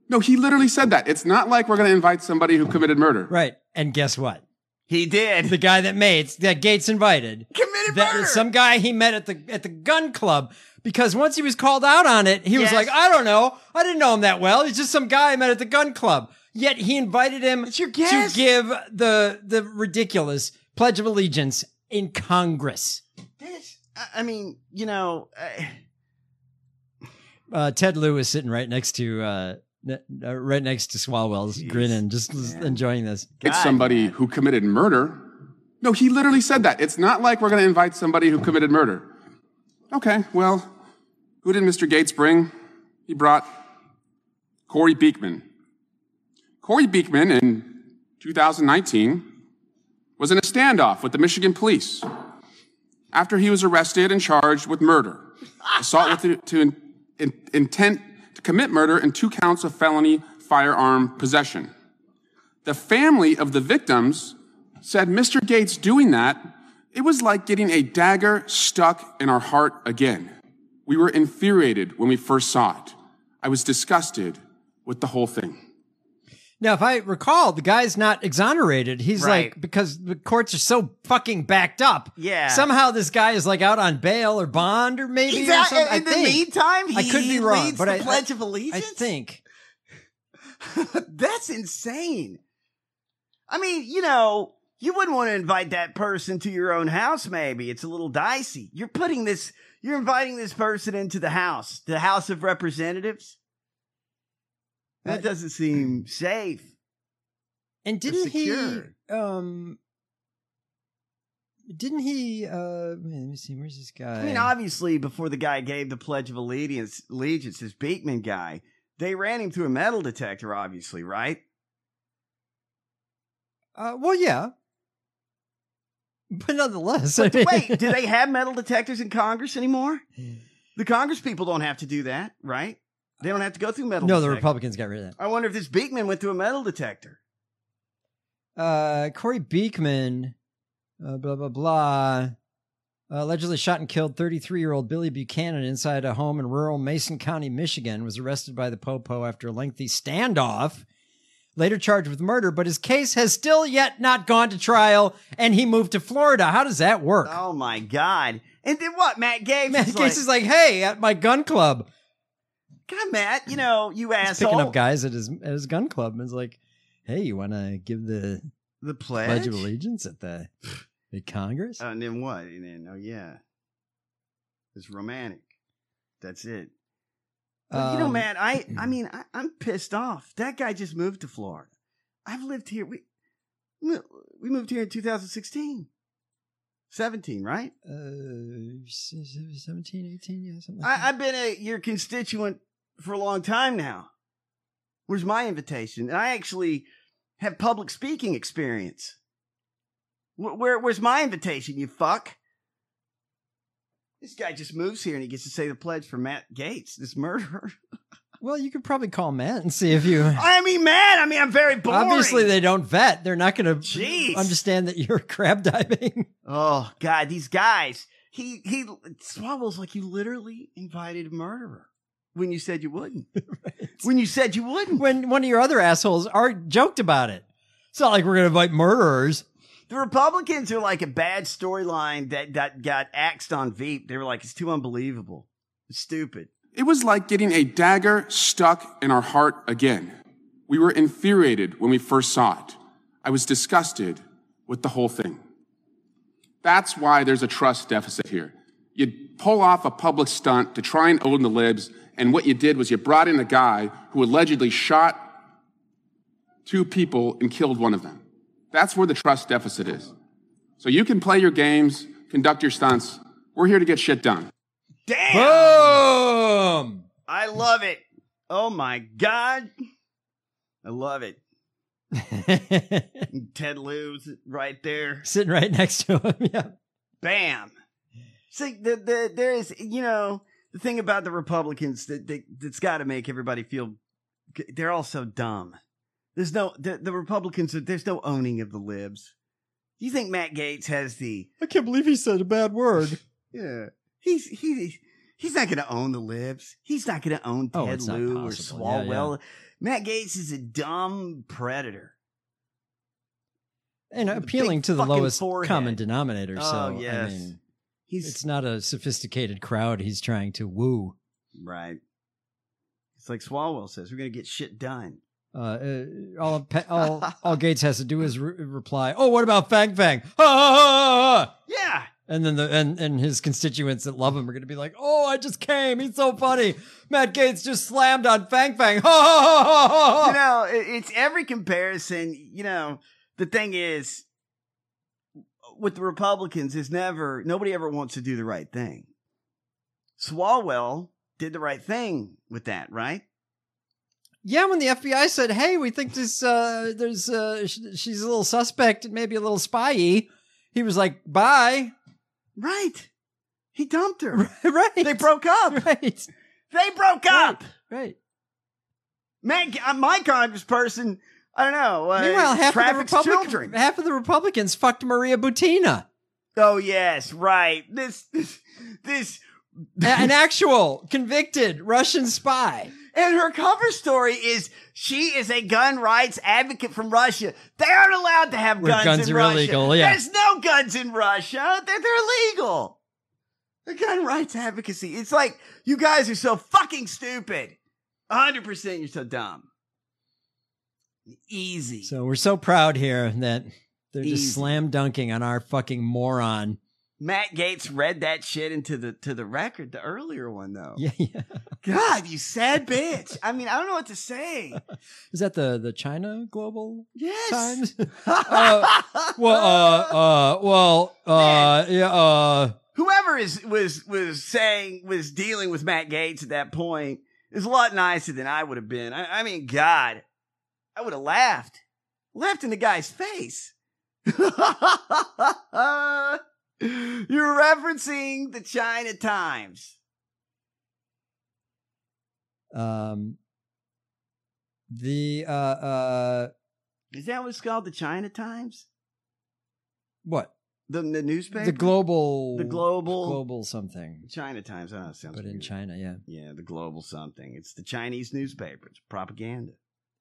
No, he literally said that. It's not like we're going to invite somebody who committed murder. Right. And guess what? He did. The guy that made that Gates invited committed that, Some guy he met at the at the gun club because once he was called out on it, he was like, I don't know, I didn't know him that well. He's just some guy I met at the gun club. Yet he invited him to guess. give the the ridiculous pledge of allegiance in Congress. I- I mean, you know, uh, Uh, Ted Lieu is sitting right next to uh, ne- uh, right next to Swalwell's grinning, just enjoying this. it's somebody who committed murder. No, he literally said that. It's not like we're going to invite somebody who committed murder. Okay, well, who did Mr. Gates bring? He brought Corey Beekman. Corey Beekman in 2019 was in a standoff with the Michigan police after he was arrested and charged with murder, assault with to in- in- intent to commit murder, and two counts of felony firearm possession. The family of the victims said Mr. Gates doing that, it was like getting a dagger stuck in our heart again. We were infuriated when we first saw it. I was disgusted with the whole thing. Now, if I recall, the guy's not exonerated. He's Right. like because the courts are so fucking backed up. Yeah. Somehow this guy is like out on bail or bond or maybe. he's or out, something, I in the think. meantime, he I could be wrong, leads but the I, Pledge I, of Allegiance. I think That's insane. I mean, you know, you wouldn't want to invite that person to your own house, maybe. It's a little dicey. You're putting this, you're inviting this person into the House, the House of Representatives. That doesn't seem safe. And didn't he? Um, didn't he? Uh, let me see. Where's this guy? I mean, obviously, before the guy gave the Pledge of Allegiance, allegiance this Beekman guy, they ran him through a metal detector, obviously, right? uh, well, yeah. But nonetheless, But I mean- wait, do they have metal detectors in Congress anymore? The Congress people don't have to do that, right? They don't have to go through metal. No, the detectors. Republicans got rid of that. I wonder if this Beekman went through a metal detector. uh, Corey Beekman, uh, blah blah blah, allegedly shot and killed 33-year-old Billy Buchanan inside a home in rural Mason County, Michigan, was arrested by the Popo after a lengthy standoff. Later charged with murder, but his case has still yet not gone to trial, and he moved to Florida. How does that work? Oh my God! And then what? Matt Gates. Matt Gates is like, hey, at my gun club. God, Matt, you know, you He's picking up asshole. guys at his at his gun club and is like, hey, you want to give the the pledge pledge? of allegiance at the the Congress? Oh, and then what? And then, oh, yeah. It's romantic. That's it. But you know, Um, man, I I mean, I, I'm pissed off. That guy just moved to Florida. I've lived here. We we we moved here in 2016, 17, right? Uh, 17, 18, yeah, something like that. I, I've been a, your constituent for a long time now. Where's my invitation? And I actually have public speaking experience. Where, where where's my invitation? You fuck. This guy just moves here and he gets to say the pledge for Matt Gates, this murderer. Well, you could probably call Matt and see if you. I mean, Matt. I mean, I'm very boring. Obviously, they don't vet. They're not going Jeez. to understand that you're crab diving. Oh God, these guys. He he swabbles like you literally invited a murderer when you said you wouldn't. When you said you wouldn't. When one of your other assholes are joked about it. It's not like we're going to invite murderers. The Republicans are like a bad storyline that, that got axed on Veep. They were like, it's too unbelievable. It's stupid. It was like getting a dagger stuck in our heart again. We were infuriated when we first saw it. I was disgusted with the whole thing. That's why there's a trust deficit here. You pull off a public stunt to try and own the libs, and what you did was you brought in a guy who allegedly shot two people and killed one of them. That's where the trust deficit is. So you can play your games, conduct your stunts. We're here to get shit done. Damn! Boom! I love it. Oh my God. I love it. Ted Lieu's right there. Sitting right next to him. Yeah. Bam. See, the, the, there is, you know, the thing about the Republicans that, that that's got to make everybody feel they're all so dumb. There's no the, the Republicans. Are, there's no owning of the libs. Do you think Matt Gates has the? I can't believe he said a bad word. Yeah, he's he's he's not going to own the libs. He's not going to own Oh, Ted it's not Lieu or possible. Yeah, Swalwell. Matt Gates is a dumb predator. And With a big appealing to the fucking lowest forehead. common denominator. Oh, so, yes. I mean, it's not a sophisticated crowd he's trying to woo. Right. It's like Swalwell says, we're going to get shit done. Uh, uh, all, Pe- all, all Gates has to do is re- reply, "Oh, what about Fang Fang?" Ha, ha, ha, ha, ha." Yeah. And then the and and his constituents that love him are going to be like, "Oh, I just came. He's so funny. Matt Gates just slammed on Fang Fang." Ha, ha, ha, ha, ha, you ha." know, it- it's every comparison. You know, the thing is, with the Republicans, is never nobody ever wants to do the right thing. Swalwell did the right thing with that, right? Yeah, when the FBI said, "Hey, we think this uh, there's uh, sh- she's a little suspect and maybe a little spyy," he was like, "Bye." Right. He dumped her. right. They broke up. Right. They broke up. Right. Man, uh, my congressperson, I don't know. Uh, Meanwhile, half of, the traffics Republic- children. half of the Republicans fucked Maria Butina, Oh yes, right. This, this, this, a- an actual convicted Russian spy. And her cover story is she is a gun rights advocate from Russia. They aren't allowed to have Where guns, guns in are Russia. illegal, yeah. There's no guns in Russia. They're, they're illegal. The gun rights advocacy. It's like you guys are so fucking stupid. 100% you're so dumb. Easy. So we're so proud here that they're Easy. just slam dunking on our fucking moron. Matt Gates read that shit into the to the record, the earlier one though. Yeah, yeah. God, you sad bitch. I mean, I don't know what to say. Is that the the China Global Yes. Times? Uh, well, uh, uh, well, uh, yeah, uh, whoever is was was saying was dealing with Matt Gates at that point is a lot nicer than I would have been. I, I mean, God, I would have laughed, laughed in the guy's face. You're referencing the China Times. um, the uh, uh, Is that what's called the China Times? what The, the newspaper? the global The global. global something, China Times. I don't know. it Sounds but in weird. China, yeah, Yeah, the global something. It's the Chinese newspaper. It's propaganda.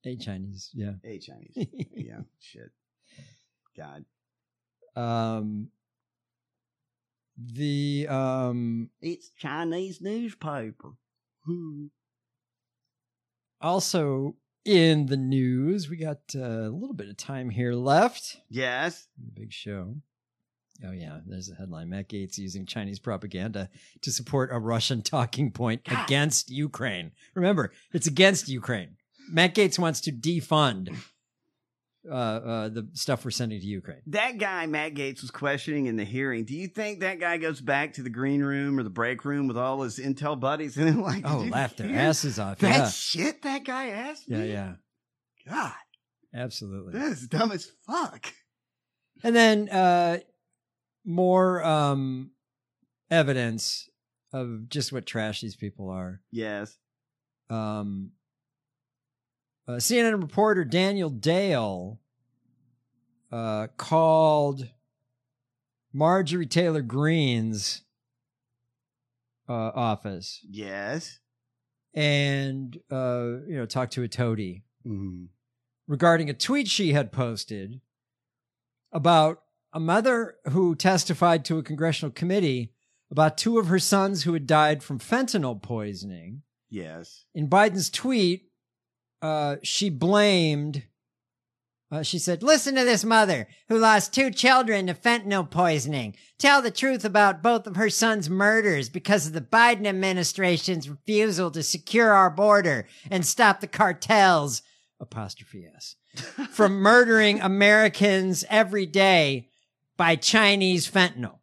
a Chinese, yeah. A Chinese. yeah, shit. God. um The um It's Chinese newspaper. Hmm. also in the news, we got uh, a little bit of time here left. Yes. Big show. Oh yeah, there's a headline: Matt Gates using Chinese propaganda to support a Russian talking point Ah! against Ukraine. Remember, it's against Ukraine. Matt Gates wants to defund uh, uh, the stuff we're sending to Ukraine. That guy Matt Gates was questioning in the hearing. Do you think that guy goes back to the green room or the break room with all his intel buddies and then like, Oh, "Did you laugh their hear asses off, That yeah. shit that guy asked Yeah, me. yeah, God, absolutely. this is dumb as fuck. And then uh, more um, evidence of just what trash these people are. Yes. Um, uh, CNN reporter Daniel Dale uh, called Marjorie Taylor Greene's uh, office Yes. and uh, you know talked to a toady Mm-hmm. Mhm. regarding a tweet she had posted about a mother who testified to a congressional committee about two of her sons who had died from fentanyl poisoning. Yes. In Biden's tweet, uh, she blamed. Uh, she said, "Listen to this mother who lost two children to fentanyl poisoning. Tell the truth about both of her sons' murders because of the Biden administration's refusal to secure our border and stop the cartels." Apostrophe s from murdering Americans every day by Chinese fentanyl.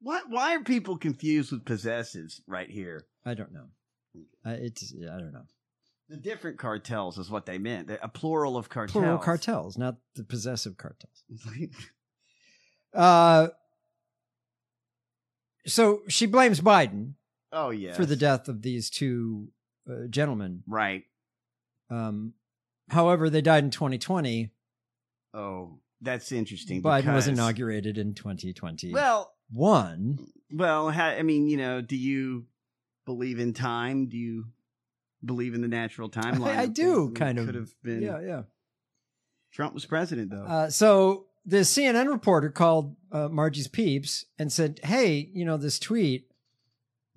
What? Why are people confused with possessives right here? I don't know. Uh, it's I don't know. The different cartels is what they meant. A plural of cartels. Plural cartels, not the possessive cartels. Uh, so she blames Biden oh yeah. for the death of these two uh, gentlemen. Right. Um, however, they died in 2020. Oh, that's interesting. Biden was because- inaugurated in 2020. Well, one. Well, ha- I mean, you know, do you believe in time? Do you believe in the natural timeline? I, I of do things? I kind mean, Could of. have been. Yeah, yeah. Trump was president, though. Uh, so the CNN reporter called uh, Margie's peeps and said, "Hey, you know this tweet,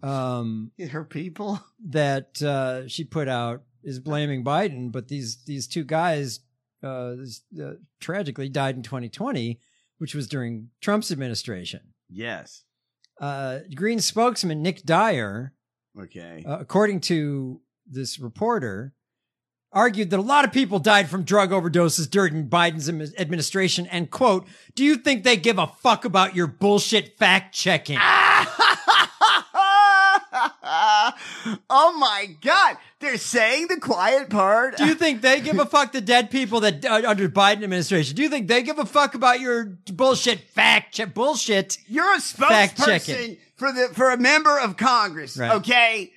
um, her people that uh, she put out is blaming Biden, but these these two guys uh, this- uh, tragically died in 2020, which was during Trump's administration." yes. Uh, Green spokesman Nick Dyer, Okay. uh, according to this reporter, argued that a lot of people died from drug overdoses during Biden's admi- administration. And quote, "Do you think they give a fuck about your bullshit fact checking?" oh my God! They're saying the quiet part. Do you think they give a fuck the dead people that uh, under Biden administration? Do you think they give a fuck about your bullshit fact check bullshit? You're a spokesperson for the for a member of Congress. Right. Okay,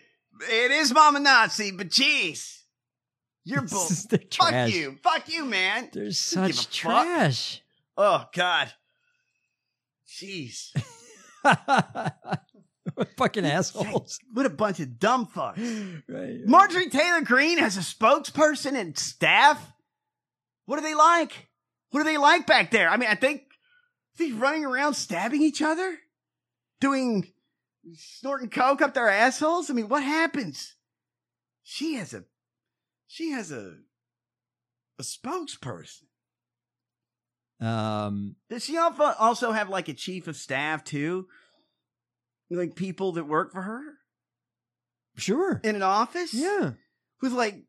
it is Mama Nazi, but jeez, you're bull. Fuck trash. you, fuck you, man. There's Don't give such a fuck. trash. Oh God, jeez, fucking assholes. What a bunch of dumb fucks. Right. Marjorie Taylor Greene has a spokesperson and staff. What are they like? What are they like back there? I mean, I think are they running around stabbing each other, doing snorting coke up their assholes. I mean, what happens? She has a she has a a spokesperson. Um, Does she al- also have like a chief of staff too? Like people that work for her sure. in an office? Yeah. With like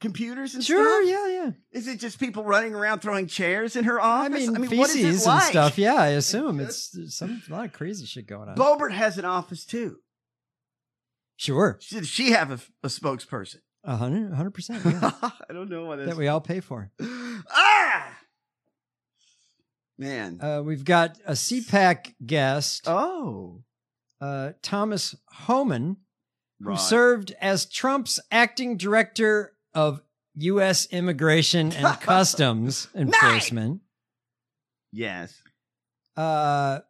computers and Sure, stuff? yeah, yeah. Is it just people running around throwing chairs in her office? I mean, what is it Feces and like? stuff. Yeah, I assume it's there's some a lot of crazy shit going on. Bobert has an office too. Sure. Should she have a, a spokesperson? A hundred, a hundred percent. yeah. I don't know what it that is. we all pay for. ah! Man. Uh, we've got a CPAC guest. Oh. Uh, Thomas Homan, who Right. served as Trump's acting director of U.S. Immigration and Customs Enforcement. Yes. Uh,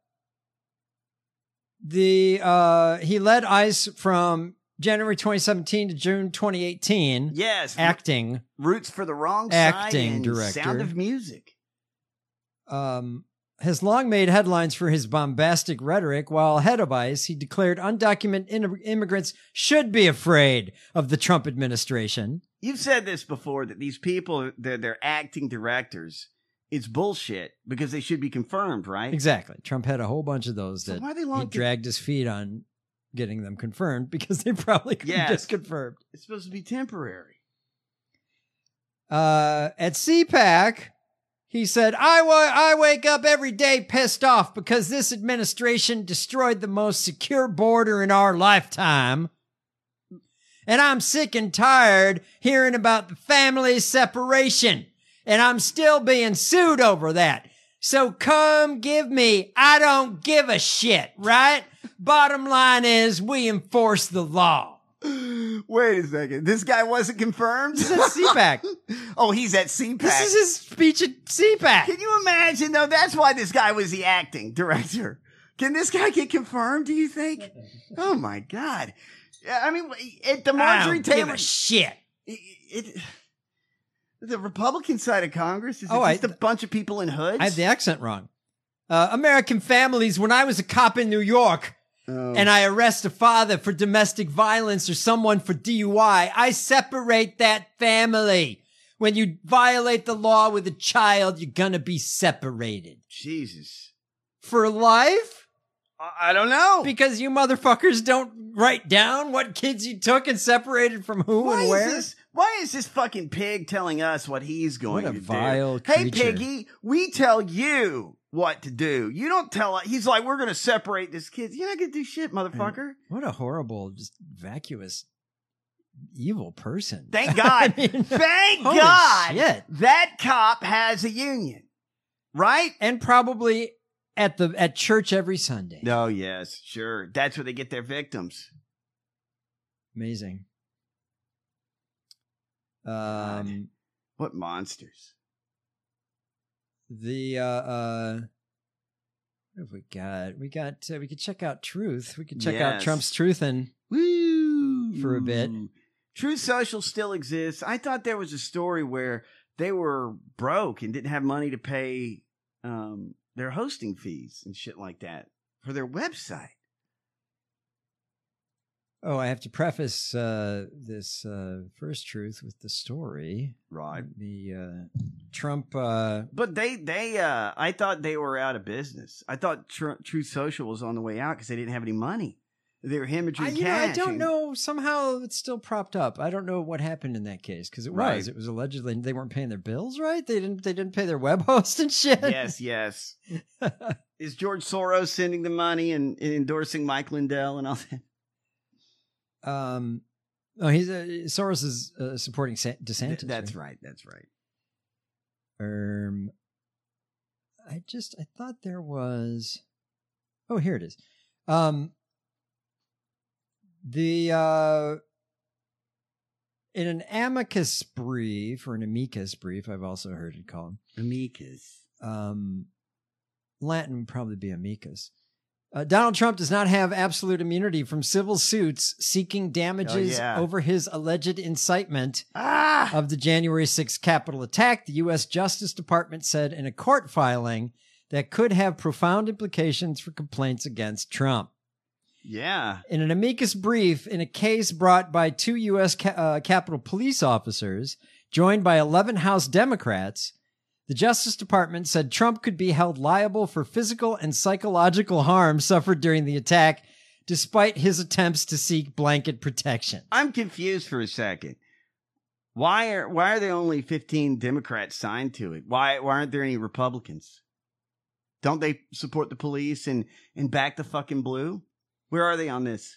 the uh, he led ICE from January 2017 to June 2018. Yes. acting. Roots for the Wrong Side Acting and director. Sound of Music. Um, has long made headlines for his bombastic rhetoric. While ahead of ICE, he declared undocumented in- immigrants should be afraid of the Trump administration. You've said this before that these people they're, they're acting directors. It's bullshit because they should be confirmed, right? Exactly. Trump had a whole bunch of those that why are they he long- dragged his feet on getting them confirmed because they probably could Yes. just confirmed. It's supposed to be temporary. Uh, at CPAC, he said, I, wa- I wake up every day pissed off because this administration destroyed the most secure border in our lifetime. And I'm sick and tired hearing about the family separation. And I'm still being sued over that. So come give me, I don't give a shit, right? Bottom line is we enforce the law. Wait a second. This guy wasn't confirmed? He's at CPAC. oh, he's at CPAC. This is his speech at CPAC. Can you imagine, though? That's why this guy was the acting director. Can this guy get confirmed, do you think? Oh, my God. Yeah, I mean, at the Marjorie give Taylor. a shit. It, the Republican side of Congress is it Oh, I- just a bunch of people in hoods. I have the accent wrong. Uh, American families, when I was a cop in New York Oh. and I arrest a father for domestic violence or someone for DUI, I separate that family. When you violate the law with a child, you're gonna be separated. Jesus. For life? I don't know. Because you motherfuckers don't write down what kids you took and separated from who Why and where. is this? Why is this fucking pig telling us what he's going What a to vile do? Hey, creature. piggy, we tell you what to do. You don't tell. us. He's like, we're going to separate this kid. You're not going to do shit, motherfucker. What a horrible, just vacuous, evil person. Thank God. I mean, Thank holy God. shit. That cop has a union, right? And probably at the at church every Sunday. No, Oh, yes, sure. That's where they get their victims. Amazing. Um, what monsters? The uh, uh, what have we got? We got uh, we could check out Truth. We could check out Yes. Trump's Truth and Woo! for a bit. Truth Social still exists. I thought there was a story where they were broke and didn't have money to pay um, their hosting fees and shit like that for their website. Oh, I have to preface uh, this uh, first truth with the story. Right. The uh, Trump. Uh, But they, they, uh, I thought they were out of business. I thought Tr- Truth Social was on the way out because they didn't have any money. They were hemorrhaging I, you know, cash. I don't and- know. Somehow it's still propped up. I don't know what happened in that case because it Right. was it was allegedly they weren't paying their bills right. They didn't they didn't pay their web host and shit. yes, yes. Is George Soros sending the money and, and endorsing Mike Lindell and all that? Um, oh, he's uh, Soros is uh, supporting Sa- DeSantis. that's right. That's right. Um, I just I thought there was. Oh, here it is. Um, the uh, in an amicus brief or an amicus brief, I've also heard it called amicus. Um, Latin would probably be amicus. Uh, Donald Trump does not have absolute immunity from civil suits seeking damages yeah. over his alleged incitement Ah! of the January 6th Capitol attack, the U.S. Justice Department said in a court filing that could have profound implications for complaints against Trump. Yeah. In an amicus brief in a case brought by two U.S. Ca- uh, Capitol police officers, joined by 11 House Democrats, the Justice Department said Trump could be held liable for physical and psychological harm suffered during the attack, despite his attempts to seek blanket protection. I'm confused for a second. Why are why are there only 15 Democrats signed to it? Why why aren't there any Republicans? Don't they support the police and and back the fucking blue? Where are they on this?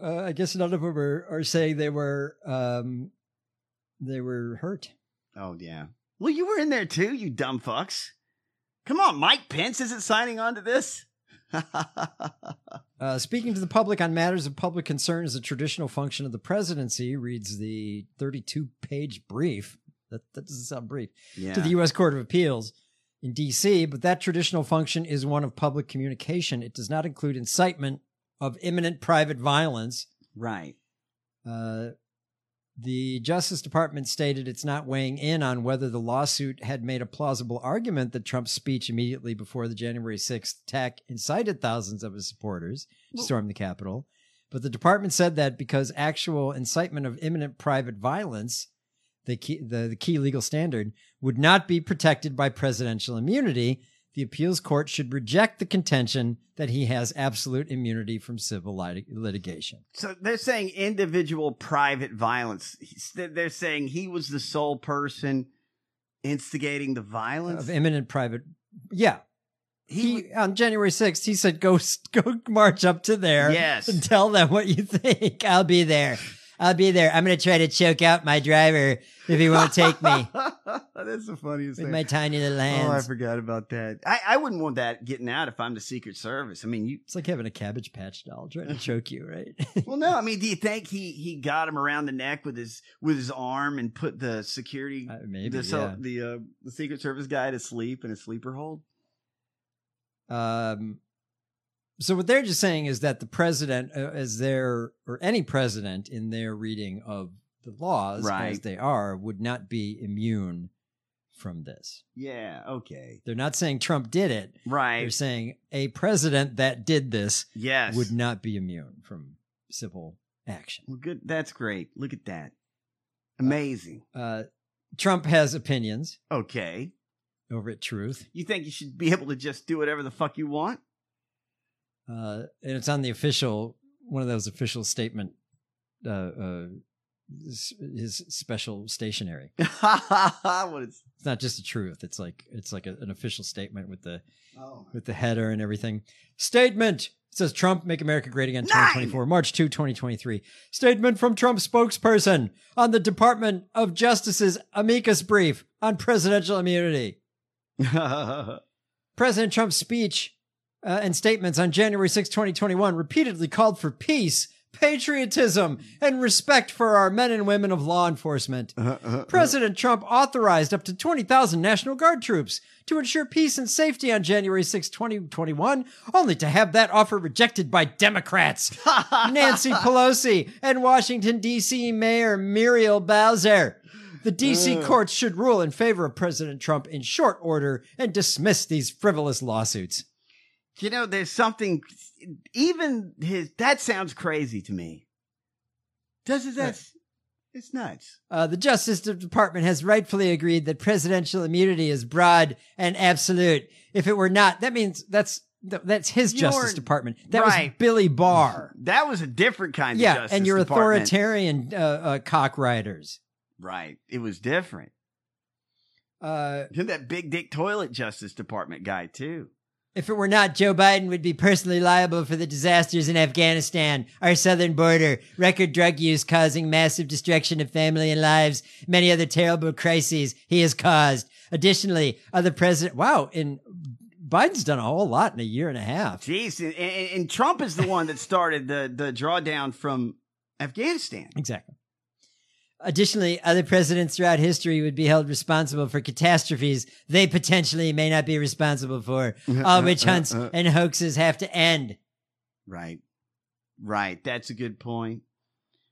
Uh, I guess none of them are, are saying they were um, they were hurt. Oh yeah. Well, you were in there too, you dumb fucks. Come on, Mike Pence isn't signing on to this. Uh, speaking to the public on matters of public concern is a traditional function of the presidency, reads the 32 page brief. That, that doesn't sound brief. To Yeah. the U.S. Court of Appeals in D.C., but that traditional function is one of public communication. It does not include incitement of imminent private violence. Right. Uh, The Justice Department stated it's not weighing in on whether the lawsuit had made a plausible argument that Trump's speech immediately before the January 6th attack incited thousands of his supporters to Well- storm the Capitol. But the department said that because actual incitement of imminent private violence, the key, the, the key legal standard, would not be protected by presidential immunity, the appeals court should reject the contention that he has absolute immunity from civil lit- litigation. So they're saying individual private violence. He's- They're saying he was the sole person instigating the violence. of imminent private. Yeah. He, on January 6th, he said, go, s- go march up to there. Yes. And tell them what you think. I'll be there. I'll be there. I'm going to try to choke out my driver if he won't take me That's the funniest with thing. my tiny little Oh, I hands. forgot about that. I, I wouldn't want that getting out if I'm the Secret Service. I mean, you. It's like having a cabbage patch doll trying to choke you, right? well, no. I mean, do you think he he got him around the neck with his with his arm and put the security Uh, maybe, the so- yeah. the uh, the Secret Service guy to sleep in a sleeper hold? Um, so what they're just saying is that the president, uh, as their or any president in their reading of the laws as Right. they are, would not be immune from this. Yeah. Okay. They're not saying Trump did it. Right. They're saying a president that did this Yes. would not be immune from civil action. Well, good. That's great. Look at that. Amazing. Uh, Trump has opinions Okay. over at Truth. You think you should be able to just do whatever the fuck you want? uh, and it's on the official one of those official statement uh, uh, s- his special stationery. what is It's not just the truth. It's like it's like a, an official statement with the Oh. with the header and everything. Statement It says Trump make America great again 2024 March 2 2023. Statement from Trump spokesperson on the Department of Justice's amicus brief on presidential immunity. President Trump's speech uh, and statements on January 6, 2021 repeatedly called for peace, patriotism, and respect for our men and women of law enforcement. President Trump authorized up to 20,000 National Guard troops to ensure peace and safety on January 6, 2021, only to have that offer rejected by Democrats. Nancy Pelosi and Washington, D.C. Mayor Muriel Bowser. The D.C. Ugh. courts should rule in favor of President Trump in short order and dismiss these frivolous lawsuits. You know, there's something. Even his that sounds crazy to me. Does it? That's it's nuts. Uh, the Justice Department has rightfully agreed that presidential immunity is broad and absolute. If it were not, that means that's th- that's his You're- Justice Department. That was right. Billy Barr. That was a different kind of yeah, justice and your Department. authoritarian uh, uh, cock riders. Right. It was different. Uh, that big dick toilet Justice Department guy too. If it were not, Joe Biden would be personally liable for the disasters in Afghanistan, our southern border, record drug use causing massive destruction of family and lives, many other terrible crises he has caused. Additionally, other president, wow, and Biden's done a whole lot in a year and a half. Jeez, and, and, and Trump is the one that started the the drawdown from Afghanistan. Exactly. Additionally, other presidents throughout history would be held responsible for catastrophes they potentially may not be responsible for, all witch hunts and hoaxes have to end. Right. Right. That's a good point.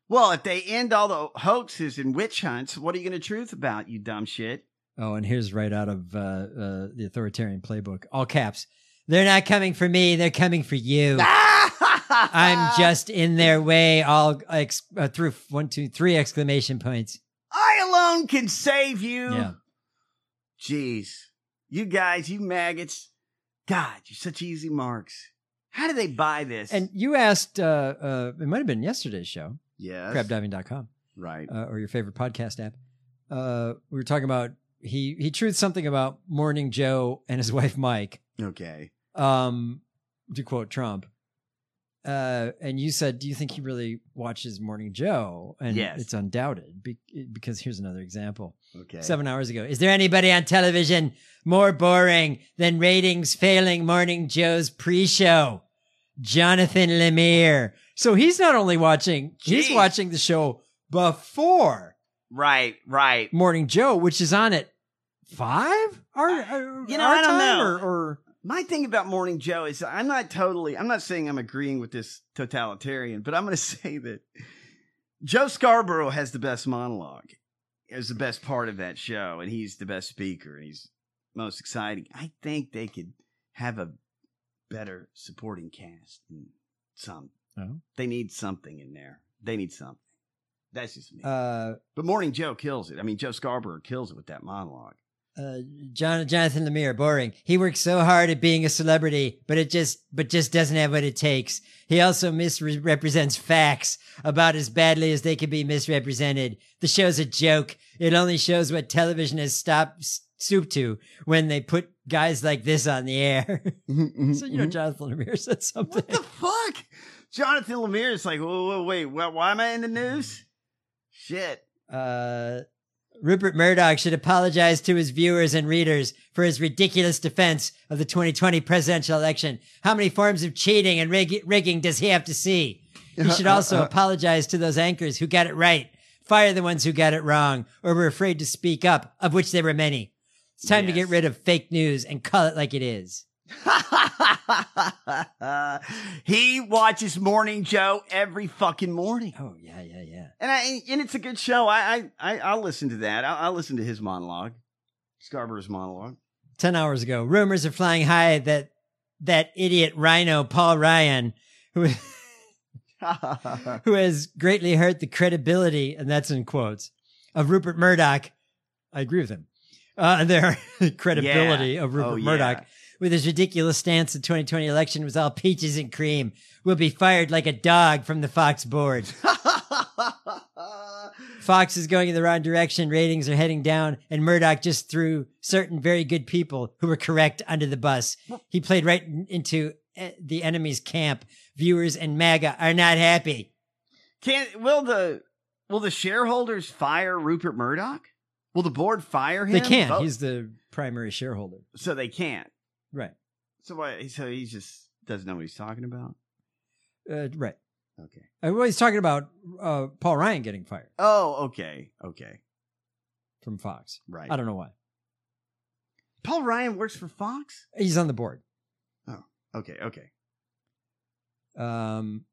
Well, if they end all the hoaxes and witch hunts, what are you going to truth about, you dumb shit? Oh, and here's right out of uh, uh, the authoritarian playbook, all caps. They're not coming for me. They're coming for you. Ah! I'm just in their way. All ex- uh, through one, two, three exclamation points. I alone can save you. Yeah. Jeez. You guys, you maggots. God, you're such easy marks. How do they buy this? And you asked. Uh, uh, it might have been yesterday's show. Yes. Crabdiving.com. Right. Uh, or your favorite podcast app. Uh, we were talking about he he truth something about Morning Joe and his wife Mike. Okay. um to quote trump uh and you said do you think he really watches morning joe and Yes. it's undoubted be- because here's another example Okay. seven hours ago is there anybody on television more boring than ratings failing morning joe's pre-show jonathan lemire so he's not only watching he's watching the show before Right, right. morning joe which is on at five Our, uh, you know, our I don't time know. or- or my thing about Morning Joe is I'm not totally. I'm not saying I'm agreeing with this totalitarian, but I'm going to say that Joe Scarborough has the best monologue. It was the best part of that show, and he's the best speaker, and he's most exciting. I think they could have a better supporting cast and some. Oh. They need something in there. They need something. That's just me. Uh, but Morning Joe kills it. I mean, Joe Scarborough kills it with that monologue. uh, John, Jonathan Lemire, boring. He worked so hard at being a celebrity, but it just, but just doesn't have what it takes. He also misrepresents facts about as badly as they can be misrepresented. The show's a joke. It only shows what television has stopped s- stooped to when they put guys like this on the air. so you know, mhm. Jonathan Lemire said something. What the fuck? Jonathan Lemire is like, whoa, whoa, wait, why, why am I in the news? Shit. Uh, Rupert Murdoch should apologize to his viewers and readers for his ridiculous defense of the 2020 presidential election. How many forms of cheating and rig- rigging does he have to see? He should also Uh, uh, uh. apologize to those anchors who got it right, fire the ones who got it wrong, or were afraid to speak up, of which there were many. It's time to get rid of fake news and call it like it is. he watches Morning Joe every fucking morning. Oh yeah, yeah, yeah. And I and it's a good show. I I I- I'll listen to that. I'll, I'll listen to his monologue, Scarborough's monologue. 10 hours ago. Rumors are flying high that that idiot rhino, Paul Ryan, who, who has greatly hurt the credibility, and that's in quotes, of Rupert Murdoch. I agree with him. Uh, their credibility Yeah. of Rupert Oh, yeah. Murdoch with his ridiculous stance the 2020 election was all peaches and cream will be fired like a dog from the Fox board. Fox is going in the wrong direction. Ratings are heading down, and Murdoch just threw certain very good people who were correct under the bus. He played right in- into eh, the enemy's camp. Viewers and MAGA are not happy. Can will the will the shareholders fire Rupert Murdoch? Will the board fire him? They can't. Vote- He's the primary shareholder. so they can't. Right. So why? So he just doesn't know what he's talking about. Uh, right. Okay. Uh, well, he's talking about uh, Paul Ryan getting fired Oh, okay, okay. from Fox. Right. I don't know why. Paul Ryan works for Fox. He's on the board. Okay, okay. Um,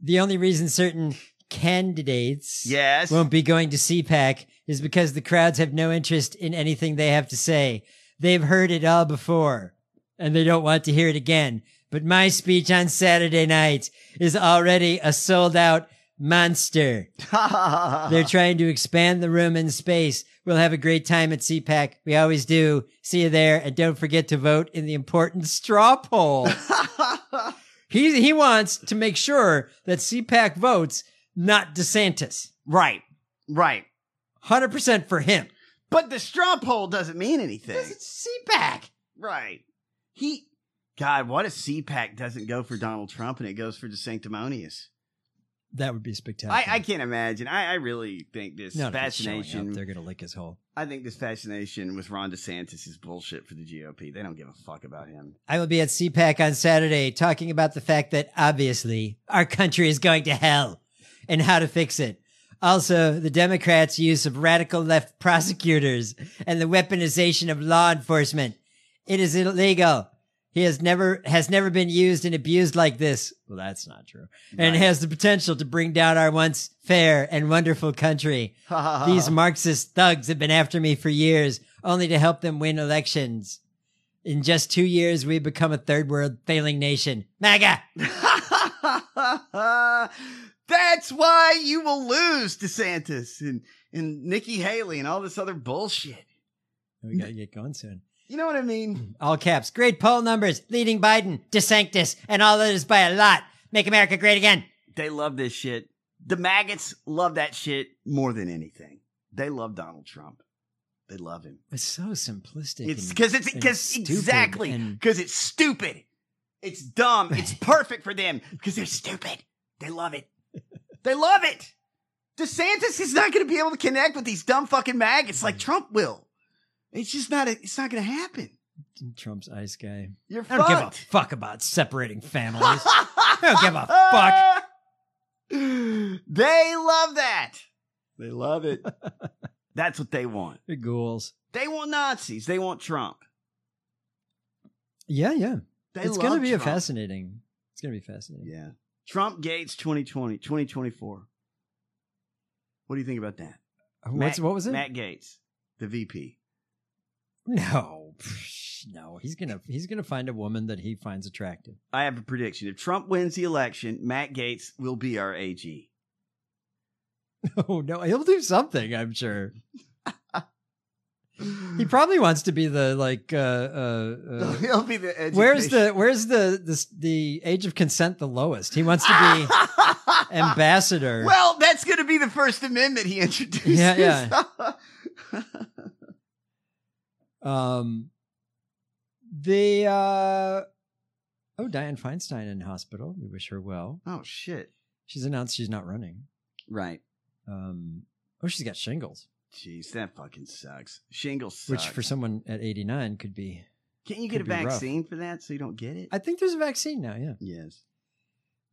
the only reason certain candidates Yes. won't be going to CPAC is because the crowds have no interest in anything they have to say. They've heard it all before and they don't want to hear it again. But my speech on Saturday night is already a sold out monster. They're Uh-huh. trying to expand the room and space. We'll have a great time at CPAC. We always do. See you there. And don't forget to vote in the important straw poll. he, he wants to make sure that CPAC votes, not DeSantis. Right. Right. 100% for him. But the straw poll doesn't mean anything. It's CPAC. Right. He. God, what if CPAC doesn't go for Donald Trump and it goes for the sanctimonious? That would be spectacular. I, I can't imagine. I, I really think this Not if it's showing up. fascination. They're going to lick his hole. I think this fascination with Ron DeSantis is bullshit for the GOP. They don't give a fuck about him. I will be at CPAC on Saturday talking about the fact that obviously our country is going to hell and how to fix it. Also, the Democrats' use of radical left prosecutors and the weaponization of law enforcement. It is illegal. He has never has never been used and abused like this. Well, that's not true. And Right. has the potential to bring down our once fair and wonderful country. These Marxist thugs have been after me for years, only to help them win elections. In just two years, we've become a third world failing nation. MAGA! That's why you will lose DeSantis and, and Nikki Haley and all this other bullshit. We gotta get going soon. You know what I mean? All caps. Great poll numbers. Leading Biden, DeSantis, and all others by a lot. Make America great again. They love this shit. The maggots love that shit more than anything. They love Donald Trump. They love him. It's so simplistic. It's and- because it's and because stupid exactly and- because it's stupid. It's dumb. It's perfect for them because they're stupid. They love it. They love it. DeSantis is not going to be able to connect with these dumb fucking maggots like Trump will. It's just not. A, it's not going to happen. Trump's ice guy. You're I don't give a fucked. fuck about separating families. I don't give a fuck. They love that. They love it. That's what they want. The ghouls. They want Nazis. They want Trump. Yeah, yeah. They it's gonna love be a Trump. fascinating. It's gonna be fascinating. Yeah. Trump Gates 2020, 2024. What do you think about that? What's- what was it? Matt Gates, the VP. No, psh, no, he's gonna he's gonna find a woman that he finds attractive. I have a prediction. If Trump wins the election, Matt Gates will be our AG. Oh no, he'll do something. I'm sure. he probably wants to be the like. Uh, uh, uh, He'll be the education. Where's the where's the, the the age of consent the lowest? He wants to be ambassador. Well, that's going to be the First Amendment he introduces. Yeah, yeah. um, the uh, oh Diane Feinstein in hospital. We wish her well. Oh shit, she's announced she's not running. right. Um, oh, she's got shingles, Jeez, that fucking sucks. Shingles sucks. which for someone at 89 could be. Can't you get a could be rough. vaccine for that so you don't get it? I think there's a vaccine now. Yeah. Yes.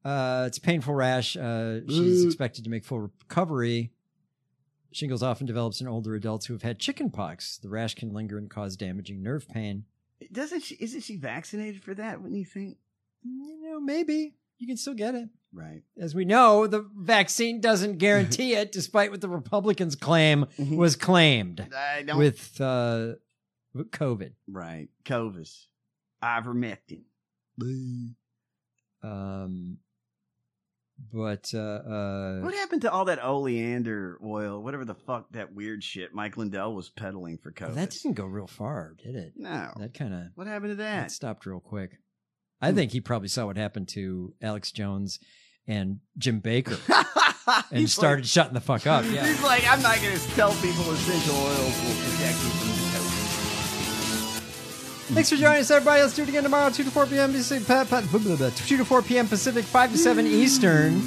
Uh, it's a painful rash. Uh, she's expected to make full recovery. Shingles often develops in older adults who have had chicken pox. The rash can linger and cause damaging nerve pain. Doesn't she? Isn't she vaccinated for that? Wouldn't you think? Mm, You know, maybe you can still get it. Right. As we know, the vaccine doesn't guarantee it, despite what the Republicans claim was claimed I don't. Mm-hmm. with uh, with COVID. right. Covis, ivermectin. Um, but uh, uh, What happened to all that oleander oil, whatever the fuck that weird shit Mike Lindell was peddling for COVID? that didn't go real far, did it? No. That kind of What happened to That that? stopped real quick. I think he probably saw what happened to Alex Jones and Jim Baker and He's started shutting the fuck up. Yeah. He's like, I'm not going to tell people essential oils will protect you from COVID. Thanks for joining us, everybody. Let's do it again tomorrow, 2 to 4 p.m. Pacific, pa- pa- blah, blah, blah, 2 to 4 p.m. Pacific, 5 to 7 Eastern.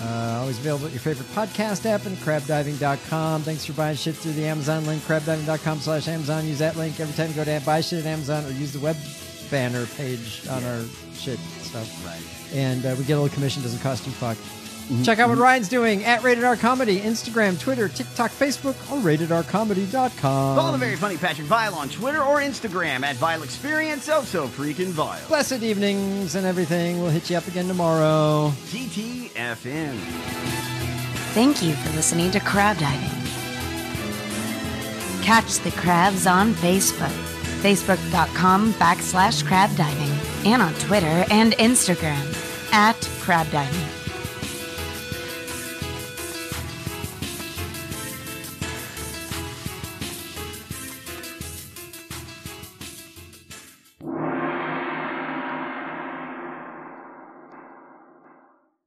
Uh, always available at your favorite podcast app and crabdiving.com. Thanks for buying shit through the Amazon link, crabdiving.com slash Amazon. Use that link every time you go to buy shit at Amazon or use the web banner page on our shit stuff. Right. And uh, we get a little commission, doesn't cost you fuck. Check out what Ryan's doing at Rated R Comedy, Instagram, Twitter, TikTok, Facebook, or ratedrcomedy.com. Follow the very funny Patrick Vile on Twitter or Instagram at Vile Experience, oh so freaking vile. blessed evenings and everything. We'll hit you up again tomorrow. GTFM. Thank you for listening to Crab Diving. Catch the crabs on Facebook, facebook.com backslash crab diving, and on Twitter and Instagram at crab diving.